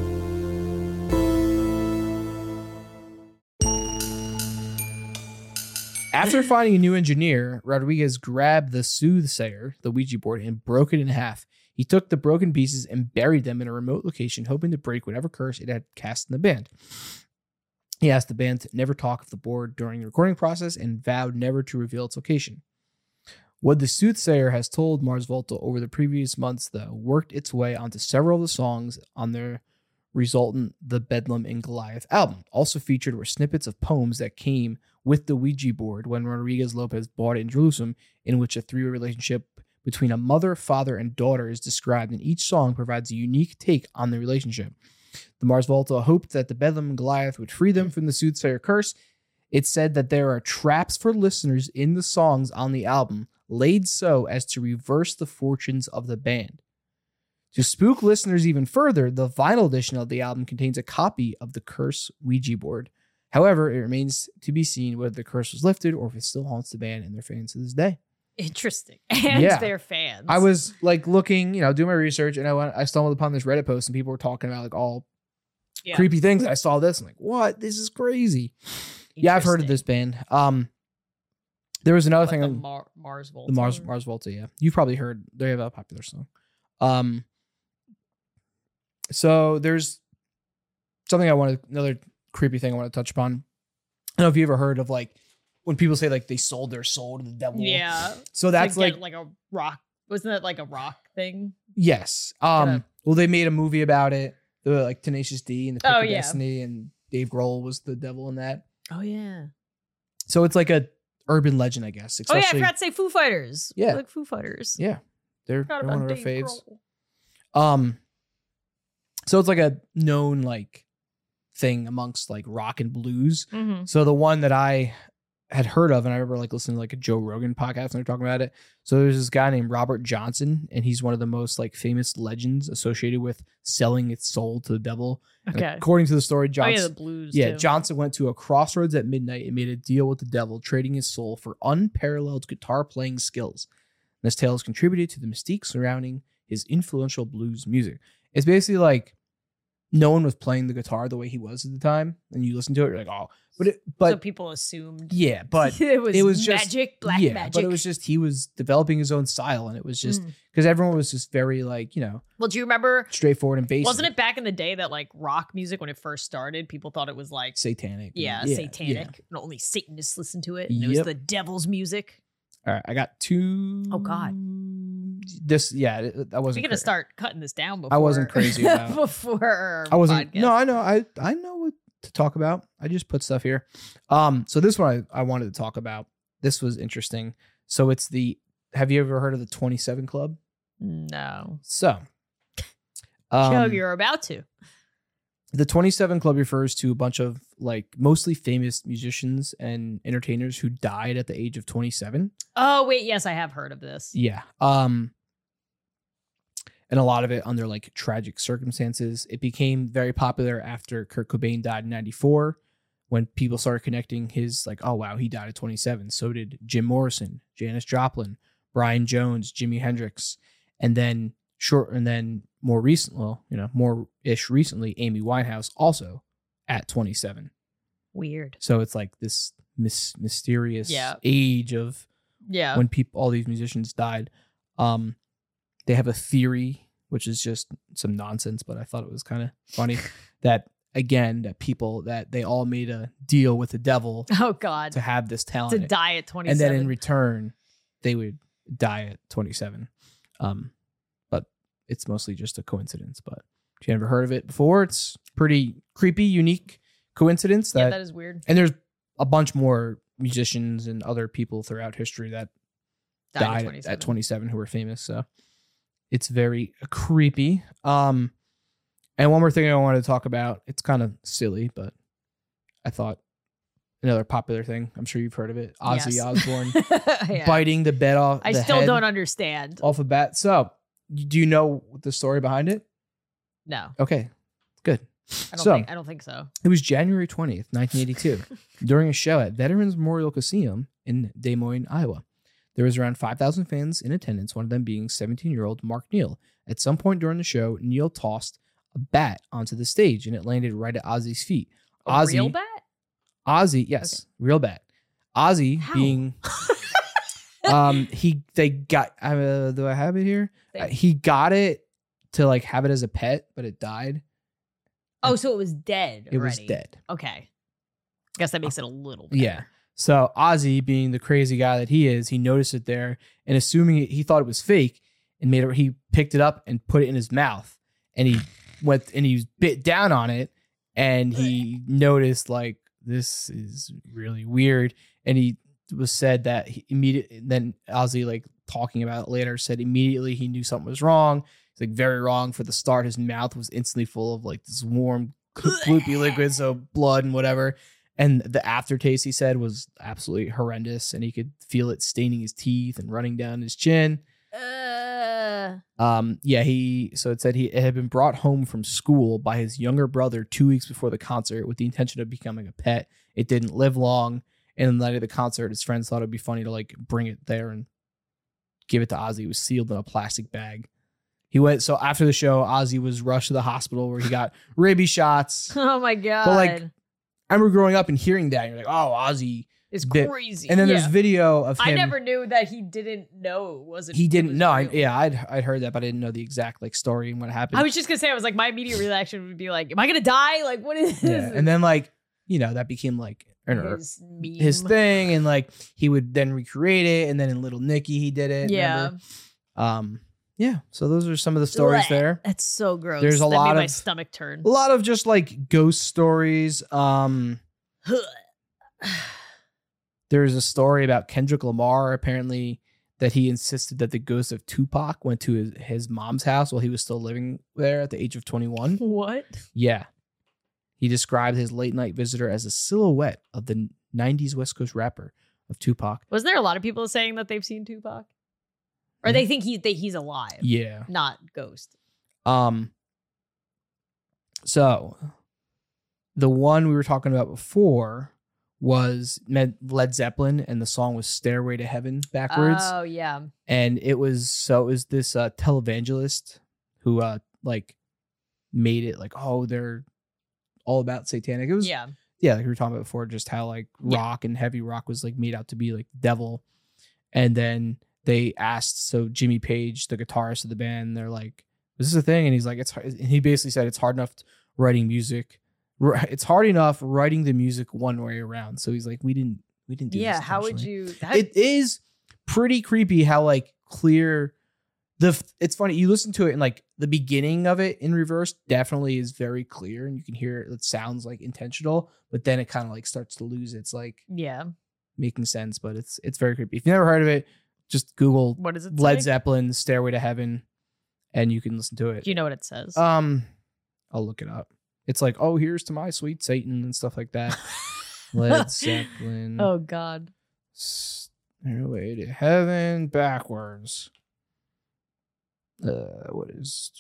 Speaker 2: After finding a new engineer, Rodriguez grabbed the soothsayer, the Ouija board, and broke it in half. He took the broken pieces and buried them in a remote location, hoping to break whatever curse it had cast in the band. He asked the band to never talk of the board during the recording process and vowed never to reveal its location. What the soothsayer has told Mars Volta over the previous months, though, worked its way onto several of the songs on their resultant The Bedlam and Goliath album. Also featured were snippets of poems that came with the Ouija board when Rodriguez Lopez bought it in Jerusalem, in which a three way relationship between a mother, father, and daughter is described, and each song provides a unique take on the relationship. The Mars Volta hoped that the Bedlam and Goliath would free them from the soothsayer curse. It said that there are traps for listeners in the songs on the album, laid so as to reverse the fortunes of the band. To spook listeners even further, the vinyl edition of the album contains a copy of the curse Ouija board. However, it remains to be seen whether the curse was lifted or if it still haunts the band and their fans to this day.
Speaker 1: interesting and
Speaker 2: Yeah.
Speaker 1: their fans.
Speaker 2: I was like looking, you know, doing my research, and I went, I stumbled upon this Reddit post, and people were talking about like all
Speaker 1: Yeah.
Speaker 2: creepy things. And I saw this, I'm like, what? This is crazy. Yeah, I've heard of this band. Um, there was another
Speaker 1: What,
Speaker 2: thing,
Speaker 1: the
Speaker 2: the,
Speaker 1: Mar- Mars Volta.
Speaker 2: Mars Mars Volta. Yeah, you've probably heard. They have a popular song. Um, so there's something I want to another creepy thing I want to touch upon. I don't know if you ever heard of like when people say like they sold their soul to the devil.
Speaker 1: Yeah,
Speaker 2: So that's
Speaker 1: To
Speaker 2: like
Speaker 1: get, like a rock. Wasn't that like a rock thing?
Speaker 2: Yes. Um.
Speaker 1: Yeah.
Speaker 2: Well, they made a movie about it. The like Tenacious D and the Pick
Speaker 1: Oh,
Speaker 2: of
Speaker 1: yeah.
Speaker 2: Destiny, and Dave Grohl was the devil in that.
Speaker 1: Oh yeah.
Speaker 2: So it's like a urban legend, I guess.
Speaker 1: Oh yeah, I
Speaker 2: Especially,
Speaker 1: forgot to say Foo Fighters.
Speaker 2: Yeah.
Speaker 1: like Foo Fighters.
Speaker 2: Yeah, they're,
Speaker 1: Forgot
Speaker 2: they're
Speaker 1: about
Speaker 2: one of our
Speaker 1: Dave
Speaker 2: faves.
Speaker 1: Grohl.
Speaker 2: Um. So it's like a known like thing amongst like rock and blues.
Speaker 1: Mhm.
Speaker 2: So the one that I had heard of, and I remember like listening to like a Joe Rogan podcast and they're talking about it. So there's this guy named Robert Johnson, and he's one of the most like famous legends associated with selling its soul to the devil. And
Speaker 1: Okay.
Speaker 2: according to the story,
Speaker 1: Oh yeah,
Speaker 2: Johnson
Speaker 1: the blues.
Speaker 2: yeah,
Speaker 1: too.
Speaker 2: Johnson went to a crossroads at midnight and made a deal with the devil, trading his soul for unparalleled guitar playing skills. This tale has contributed to the mystique surrounding his influential blues music. It's basically like no one was playing the guitar the way he was at the time, and you listen to it, you're like, oh, but it,
Speaker 1: so
Speaker 2: but
Speaker 1: people assumed.
Speaker 2: yeah, but
Speaker 1: it was
Speaker 2: it was just-
Speaker 1: magic, black
Speaker 2: yeah,
Speaker 1: magic. Mm.
Speaker 2: but it was just he was developing his own style, and it was just because everyone was just very like you know
Speaker 1: well, do you remember?
Speaker 2: straightforward and basic.
Speaker 1: Wasn't it back in the day that like rock music when it first started, people thought it was like
Speaker 2: satanic?
Speaker 1: yeah, satanic and only Satanists listened to it. And It was
Speaker 2: Yep.
Speaker 1: the devil's music.
Speaker 2: All right, I got two.
Speaker 1: Oh, God.
Speaker 2: This yeah, it- I
Speaker 1: We're
Speaker 2: wasn't.
Speaker 1: gonna
Speaker 2: clear.
Speaker 1: start cutting this down before
Speaker 2: I wasn't crazy about-
Speaker 1: before. our
Speaker 2: I wasn't.
Speaker 1: podcast.
Speaker 2: No, I know. I I know what to talk about. I just put stuff here. Um, so this one I, I wanted to talk about. This was interesting. So it's the. Have you ever heard of the Twenty Seven Club?
Speaker 1: no.
Speaker 2: So.
Speaker 1: Joe,
Speaker 2: Um,
Speaker 1: you're about to.
Speaker 2: the 27 club refers to a bunch of like mostly famous musicians and entertainers who died at the age of 27
Speaker 1: Oh wait, yes, I have heard of this.
Speaker 2: Yeah. Um and a lot of it under like tragic circumstances. It became very popular after Kurt Cobain died in 94 when people started connecting his like oh wow, he died at 27. So did Jim Morrison, Janis Joplin, Brian Jones, Jimi Hendrix, and then short and then more recent, well, you know, more ish recently Amy Winehouse also at 27.
Speaker 1: Weird.
Speaker 2: So it's like this mis- mysterious
Speaker 1: Yeah.
Speaker 2: age of
Speaker 1: Yeah.
Speaker 2: when people all these musicians died um they have a theory which is just some nonsense but i thought it was kind of funny that again that people that they all made a deal with the devil
Speaker 1: oh God.
Speaker 2: to
Speaker 1: To,
Speaker 2: have this talent
Speaker 1: die at 27.
Speaker 2: and then in return they would die at 27 um but it's mostly just a coincidence but if you never heard of it before it's pretty creepy unique coincidence
Speaker 1: yeah,
Speaker 2: that
Speaker 1: that is weird.
Speaker 2: and there's a bunch more musicians and other people throughout history that
Speaker 1: Die
Speaker 2: died at- at 27 who were famous. So it's very creepy. Um, and one more thing I wanted to talk about. It's kind of silly, but I thought another popular thing. I'm sure you've heard of it. Ozzy
Speaker 1: Yes.
Speaker 2: Osbourne
Speaker 1: Yeah.
Speaker 2: biting the bed off.
Speaker 1: I
Speaker 2: the
Speaker 1: still
Speaker 2: head Oh,
Speaker 1: don't understand.
Speaker 2: off a bat. So do you know the story behind it?
Speaker 1: No,
Speaker 2: Okay, good.
Speaker 1: I don't
Speaker 2: so
Speaker 1: think. I don't think so.
Speaker 2: it was January 20th, 1982 during a show at Veterans Memorial Coliseum in Des Moines, Iowa. There was around 5,000 fans in attendance, one of them being 17 year old Mark Neal. At some point during the show, Neal tossed a bat onto the stage and it landed right at Ozzy's feet.
Speaker 1: A
Speaker 2: Ozzy,
Speaker 1: real bat?
Speaker 2: Ozzy, yes, real bat. Ozzy
Speaker 1: How?
Speaker 2: being, um, he, they got, uh, do I have it here?
Speaker 1: They-
Speaker 2: Uh, he got it to like have it as a pet, but it died.
Speaker 1: Oh, so it was dead.
Speaker 2: It was
Speaker 1: already.
Speaker 2: dead. Uh,
Speaker 1: Okay. Guess that makes it a little. Better.
Speaker 2: Yeah. So Ozzy, being the crazy guy that he is, he noticed it there and assuming it, he thought it was fake and made it. He picked it up and put it in his mouth, and he went and he bit down on it, and he noticed like this is really weird, and he was said that he immediately. Then Ozzy, like talking about it later, said immediately he knew something was wrong. It's like very wrong for the start. His mouth was instantly full of like this warm, gloopy liquid, so blood and whatever. And the aftertaste he said was absolutely horrendous, and he could feel it staining his teeth and running down his chin.
Speaker 1: Uh,
Speaker 2: Um, yeah, he so it said he it had been brought home from school by his younger brother two weeks before the concert with the intention of becoming a pet. It didn't live long, and the night of the concert, his friends thought it'd be funny to like bring it there and give it to Ozzy. It was sealed in a plastic bag. He went so after the show, Ozzy was rushed to the hospital where he got rabies shots.
Speaker 1: Oh my god.
Speaker 2: like, I remember growing up and hearing that, and you're like, "Oh, Ozzy."
Speaker 1: it's
Speaker 2: that-
Speaker 1: crazy.
Speaker 2: And then there's
Speaker 1: Yeah.
Speaker 2: video of him.
Speaker 1: I never knew that he didn't know it wasn't.
Speaker 2: he
Speaker 1: it
Speaker 2: didn't
Speaker 1: was
Speaker 2: know. I,
Speaker 1: real.
Speaker 2: yeah, I'd I'd heard that, but I didn't know the exact like story and what happened.
Speaker 1: I was just gonna say, I was like, my immediate reaction would be like, "Am I gonna die? Like, what is
Speaker 2: yeah.
Speaker 1: this?"
Speaker 2: and then like you know that became like an er-
Speaker 1: his, meme.
Speaker 2: his thing, and like he would then recreate it, and then in Little Nicky he did it.
Speaker 1: Yeah,
Speaker 2: remember? Um. Yeah. So those are some of the stories
Speaker 1: Blech.
Speaker 2: there.
Speaker 1: That's so gross.
Speaker 2: There's a
Speaker 1: that
Speaker 2: lot
Speaker 1: made my
Speaker 2: of-
Speaker 1: stomach turn.
Speaker 2: A lot of just like ghost stories. Um. There's a story about Kendrick Lamar apparently that he insisted that the ghost of Tupac went to his, his mom's house while he was still living there at the age of 21.
Speaker 1: what?
Speaker 2: Yeah. He described his late night visitor as a silhouette of the 90s West Coast rapper of Tupac.
Speaker 1: Was there a lot of people saying that they've seen Tupac, or they think he that he's alive,
Speaker 2: Mm. Yeah.
Speaker 1: not ghost?
Speaker 2: Um so the one we were talking about before was Med- Led Zeppelin and the song was Stairway to Heaven backwards
Speaker 1: Oh yeah.
Speaker 2: and it was so it was this uh televangelist who uh like made it like oh they're all about satanic. It was
Speaker 1: Yeah.
Speaker 2: yeah, like we were talking about before, just how like
Speaker 1: Yeah.
Speaker 2: rock and heavy rock was like made out to be like the devil. And then they asked, so Jimmy Page, the guitarist of the band, they're like, "Is this a thing?" And he's like, "It's." hard- And he basically said, "It's hard enough writing music. Ri- It's hard enough writing the music one way around." So he's like, "We didn't, we didn't do."
Speaker 1: Yeah.
Speaker 2: this
Speaker 1: How would
Speaker 2: intentionally."
Speaker 1: you? that-
Speaker 2: It is pretty creepy how like clear the. f- It's funny you listen to it and like the beginning of it in reverse definitely is very clear and you can hear it. It sounds like intentional, but then it kind of like starts to lose its like
Speaker 1: yeah.
Speaker 2: making sense. But it's it's very creepy. If you've never heard of it, just Google
Speaker 1: What is it?
Speaker 2: Led
Speaker 1: say?
Speaker 2: Zeppelin "Stairway to Heaven" and you can listen to it.
Speaker 1: Do you know what it says?
Speaker 2: Um, I'll look it up. It's like, oh, here's to my sweet Satan and stuff like that. Led Zeppelin.
Speaker 1: oh God.
Speaker 2: Stairway to Heaven backwards. Uh, what is?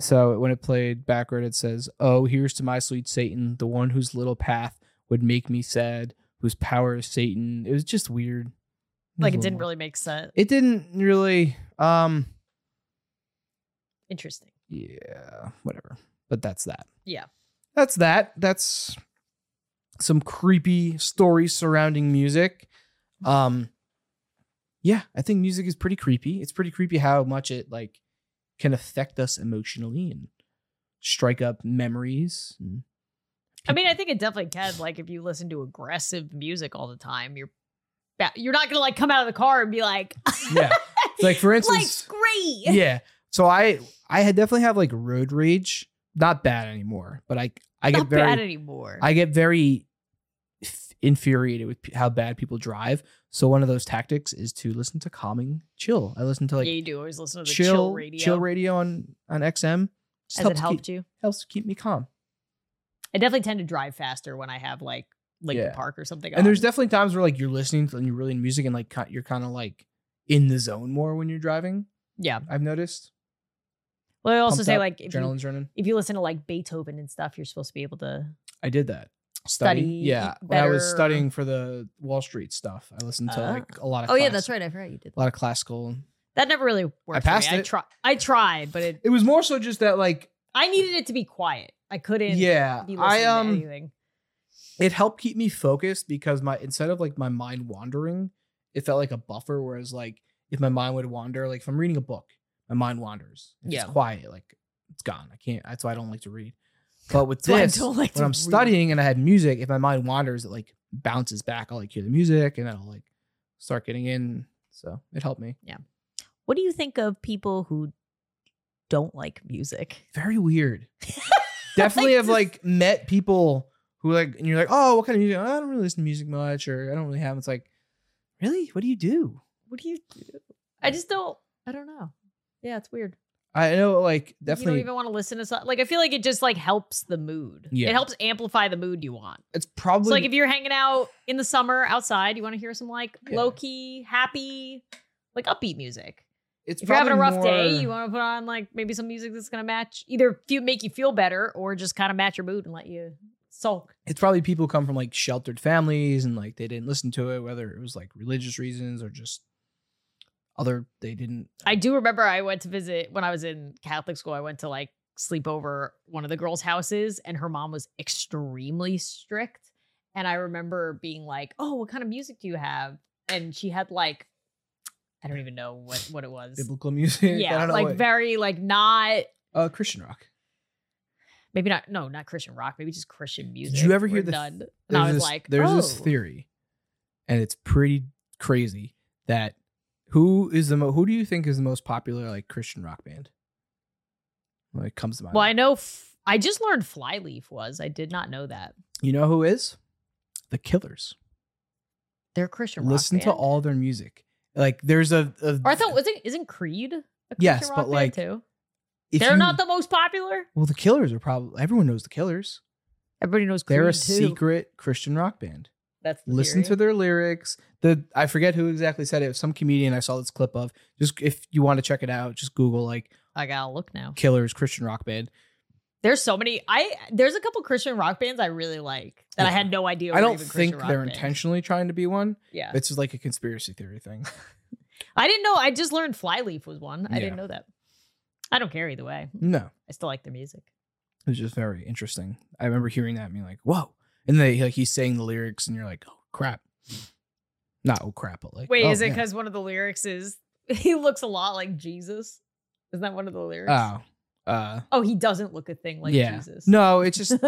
Speaker 2: So when it played backward, it says, "Oh, here's to my sweet Satan, the one whose little path would make me sad, whose power is Satan." It was just weird. was
Speaker 1: Like
Speaker 2: a
Speaker 1: it
Speaker 2: little-
Speaker 1: didn't really make sense.
Speaker 2: It didn't really. Um.
Speaker 1: Interesting.
Speaker 2: Yeah. Whatever. But that's that.
Speaker 1: Yeah.
Speaker 2: that's that. That's some creepy stories surrounding music. Um yeah, I think music is pretty creepy. It's pretty creepy how much it like can affect us emotionally and strike up memories. and
Speaker 1: I mean, I think it definitely can. Like, if you listen to aggressive music all the time, you're ba- you're not gonna like come out of the car and be like,
Speaker 2: Yeah. Like, for instance-
Speaker 1: life's great.
Speaker 2: yeah. So I I had definitely have like road rage. Not bad anymore, but I I
Speaker 1: not
Speaker 2: get very
Speaker 1: bad anymore.
Speaker 2: I get very f- infuriated with p- how bad people drive. So one of those tactics is to listen to calming chill. I listen to like
Speaker 1: yeah, you do always listen to the
Speaker 2: chill,
Speaker 1: chill, radio.
Speaker 2: on on XM. Just
Speaker 1: Has it
Speaker 2: helps
Speaker 1: helped
Speaker 2: keep,
Speaker 1: you?
Speaker 2: Helps keep me calm.
Speaker 1: I definitely tend to drive faster when I have like Lincoln
Speaker 2: Yeah.
Speaker 1: Park or something.
Speaker 2: And there's
Speaker 1: on.
Speaker 2: definitely times where like you're listening to and you're really in music and like ki- you're kind of like in the zone more when you're driving.
Speaker 1: yeah.
Speaker 2: I've noticed.
Speaker 1: Well, I also
Speaker 2: Pumped
Speaker 1: say
Speaker 2: up,
Speaker 1: like if you,
Speaker 2: adrenaline's running.
Speaker 1: if you listen to like Beethoven and stuff, you're supposed to be able to.
Speaker 2: I did that.
Speaker 1: Study
Speaker 2: Yeah, when I was
Speaker 1: better.
Speaker 2: studying for the Wall Street stuff, I listened to like a lot of.
Speaker 1: Oh yeah,
Speaker 2: class-
Speaker 1: that's right. I forgot you did.
Speaker 2: A lot of classical.
Speaker 1: That never really worked.
Speaker 2: passed
Speaker 1: for me. I
Speaker 2: it.
Speaker 1: tried. I tried, but it.
Speaker 2: It was more so just that like
Speaker 1: I needed it to be quiet. I couldn't.
Speaker 2: yeah,
Speaker 1: Be listening
Speaker 2: I
Speaker 1: to
Speaker 2: um
Speaker 1: anything.
Speaker 2: it helped keep me focused because my instead of like my mind wandering, it felt like a buffer. Whereas like if my mind would wander, like if I'm reading a book, my mind wanders. If
Speaker 1: Yeah.
Speaker 2: it's quiet, like it's gone. I can't. That's why I don't like to read. But with
Speaker 1: That's why I
Speaker 2: this,
Speaker 1: don't like
Speaker 2: when
Speaker 1: to
Speaker 2: I'm
Speaker 1: read.
Speaker 2: studying and I have music, if my mind wanders, it like bounces back. I'll like hear the music and then I'll like start getting in. So it helped me.
Speaker 1: What do you think of people who don't like music?
Speaker 2: Very weird. Definitely
Speaker 1: Like,
Speaker 2: have
Speaker 1: just-
Speaker 2: like met people who like and you're like, oh, what kind of music? "Oh, I don't really listen to music much, or I don't really have. It's like, really, what do you do?
Speaker 1: What do you do? I just don't. I don't know. Yeah, it's weird.
Speaker 2: I know, like
Speaker 1: You
Speaker 2: definitely,
Speaker 1: don't even want to listen to something. Like I feel like it just like helps the mood.
Speaker 2: Yeah.
Speaker 1: It helps amplify the mood you want.
Speaker 2: it's probably
Speaker 1: So like if you're hanging out in the summer outside, you want to hear some like
Speaker 2: Yeah.
Speaker 1: low key, happy, like upbeat music.
Speaker 2: it's
Speaker 1: if you're having a rough
Speaker 2: probably
Speaker 1: day,
Speaker 2: more-
Speaker 1: you want to put on like maybe some music that's gonna match either few make you feel better or just kind of match your mood and let you sulk.
Speaker 2: it's probably people who come from like sheltered families and like they didn't listen to it, whether it was like religious reasons or just other they didn't.
Speaker 1: I do remember I went to visit when I was in Catholic school. I went to like sleep over one of the girls' houses, and her mom was extremely strict. And I remember being like, "Oh, what kind of music do you have?" And she had like, I don't even know what what it was.
Speaker 2: biblical music. I
Speaker 1: yeah,
Speaker 2: don't know
Speaker 1: like
Speaker 2: what-
Speaker 1: very like not
Speaker 2: uh, Christian rock.
Speaker 1: maybe not no not Christian rock, maybe just Christian music.
Speaker 2: you ever hear
Speaker 1: We're
Speaker 2: the th-
Speaker 1: done. and I was
Speaker 2: this,
Speaker 1: like,
Speaker 2: there's this
Speaker 1: "Oh."
Speaker 2: theory, and it's pretty crazy that who is the mo- who do you think is the most popular like Christian rock band? When it comes to mind,
Speaker 1: Well, I know. F- I just learned Flyleaf was. I did not know that.
Speaker 2: you know who is the Killers.
Speaker 1: They're a Christian.
Speaker 2: Listen
Speaker 1: rock
Speaker 2: to
Speaker 1: band.
Speaker 2: all their music. Like there's a, a
Speaker 1: Or I thought wasn't isn't Creed? A Christian
Speaker 2: Yes,
Speaker 1: rock
Speaker 2: but,
Speaker 1: band,
Speaker 2: like,
Speaker 1: too.
Speaker 2: if
Speaker 1: They're
Speaker 2: you-
Speaker 1: not the most popular.
Speaker 2: well, the Killers are probably everyone knows the Killers.
Speaker 1: Everybody knows Creed
Speaker 2: They're a
Speaker 1: too.
Speaker 2: secret Christian rock band.
Speaker 1: That's the
Speaker 2: Listen to
Speaker 1: theory.
Speaker 2: their lyrics. The I forget who exactly said it. It was Some comedian I saw this clip of. Just if you want to check it out, just Google like
Speaker 1: I gotta look now.
Speaker 2: Killers Christian rock band.
Speaker 1: There's so many. I there's a couple Christian rock bands I really like that I
Speaker 2: Yeah.
Speaker 1: had no idea.
Speaker 2: I
Speaker 1: were
Speaker 2: don't
Speaker 1: even Christian
Speaker 2: think
Speaker 1: rock
Speaker 2: they're
Speaker 1: bands.
Speaker 2: intentionally trying to be one.
Speaker 1: Yeah,
Speaker 2: It's just like a conspiracy theory thing.
Speaker 1: I didn't know. I just learned Flyleaf was one. I
Speaker 2: Yeah.
Speaker 1: didn't know that. I don't care either way.
Speaker 2: no,
Speaker 1: I still like their music.
Speaker 2: it's just very interesting. I remember hearing that and being like, "Whoa!" And they like he's saying the lyrics, and you're like, "Oh crap!" Not oh crap, but like,
Speaker 1: Wait,
Speaker 2: oh,
Speaker 1: is it
Speaker 2: yeah.
Speaker 1: because one of the lyrics is he looks a lot like Jesus? Isn't that one of the lyrics?
Speaker 2: oh uh,
Speaker 1: Oh, he doesn't look a thing like
Speaker 2: yeah.
Speaker 1: Jesus.
Speaker 2: No, it's just you,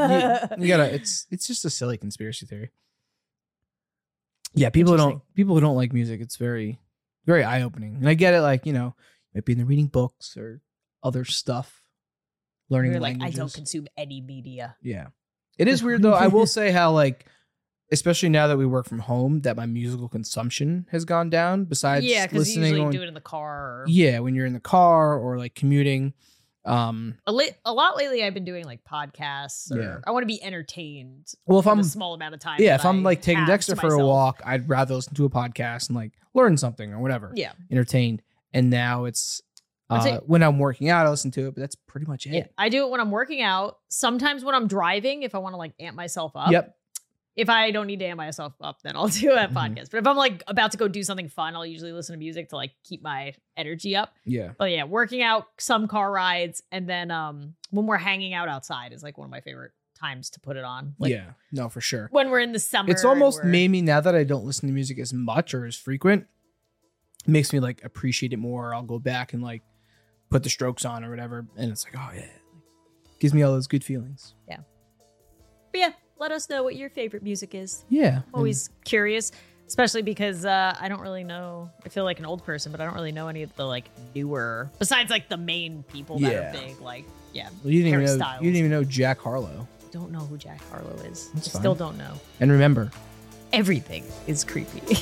Speaker 2: you gotta. It's it's just a silly conspiracy theory. Yeah, people who don't people who don't like music. It's very very eye opening, and I get it. Like you know, maybe they're reading books or other stuff, learning
Speaker 1: You're like, I
Speaker 2: languages.
Speaker 1: don't consume any media.
Speaker 2: yeah, it is weird though. I will say how like. Especially now that we work from home, that my musical consumption has gone down. Besides
Speaker 1: yeah, because you
Speaker 2: listening,
Speaker 1: usually
Speaker 2: on,
Speaker 1: do it in the car. Or...
Speaker 2: yeah, when you're in the car or like commuting, um,
Speaker 1: A, li- a lot lately, I've been doing like podcasts. Or
Speaker 2: Yeah.
Speaker 1: I want to be entertained.
Speaker 2: Well, if
Speaker 1: for the
Speaker 2: I'm-
Speaker 1: small amount of time.
Speaker 2: yeah,
Speaker 1: that
Speaker 2: if I'm
Speaker 1: I
Speaker 2: like taking
Speaker 1: have
Speaker 2: Dexter
Speaker 1: to
Speaker 2: for a
Speaker 1: myself.
Speaker 2: walk, I'd rather listen to a podcast and like learn something or whatever,
Speaker 1: Yeah,
Speaker 2: entertained. And now it's uh,
Speaker 1: That's it.
Speaker 2: when I'm working out, I listen to it, but that's pretty much
Speaker 1: yeah,
Speaker 2: it.
Speaker 1: I do it when I'm working out. Sometimes when I'm driving, if I want to like amp myself up.
Speaker 2: Yep.
Speaker 1: If I don't need to amp myself up, then I'll do a
Speaker 2: Mhm.
Speaker 1: podcast. But if I'm like about to go do something fun, I'll usually listen to music to like keep my energy up.
Speaker 2: Yeah.
Speaker 1: But yeah, working out, some car rides, and then um when we're hanging out outside is like one of my favorite times to put it on. Like
Speaker 2: yeah. No, for sure.
Speaker 1: when we're in the summer.
Speaker 2: It's
Speaker 1: and
Speaker 2: almost
Speaker 1: we're-
Speaker 2: made me now that I don't listen to music as much or as frequent, it makes me like appreciate it more. I'll go back and like put the strokes on or whatever. And it's like, oh, yeah. Gives me all those good feelings.
Speaker 1: But yeah, let us know what your favorite music is.
Speaker 2: Yeah.
Speaker 1: I'm always curious, especially because uh, I don't really know. I feel like an old person, but I don't really know any of the like newer, besides like the main people that
Speaker 2: Yeah.
Speaker 1: are big. Like, yeah,
Speaker 2: And- well, you didn't
Speaker 1: Harry
Speaker 2: even know
Speaker 1: Styles.
Speaker 2: you didn't even know Jack Harlow.
Speaker 1: don't know who Jack Harlow is.
Speaker 2: That's
Speaker 1: I still don't
Speaker 2: fine.
Speaker 1: know.
Speaker 2: And remember,
Speaker 1: Everything is creepy.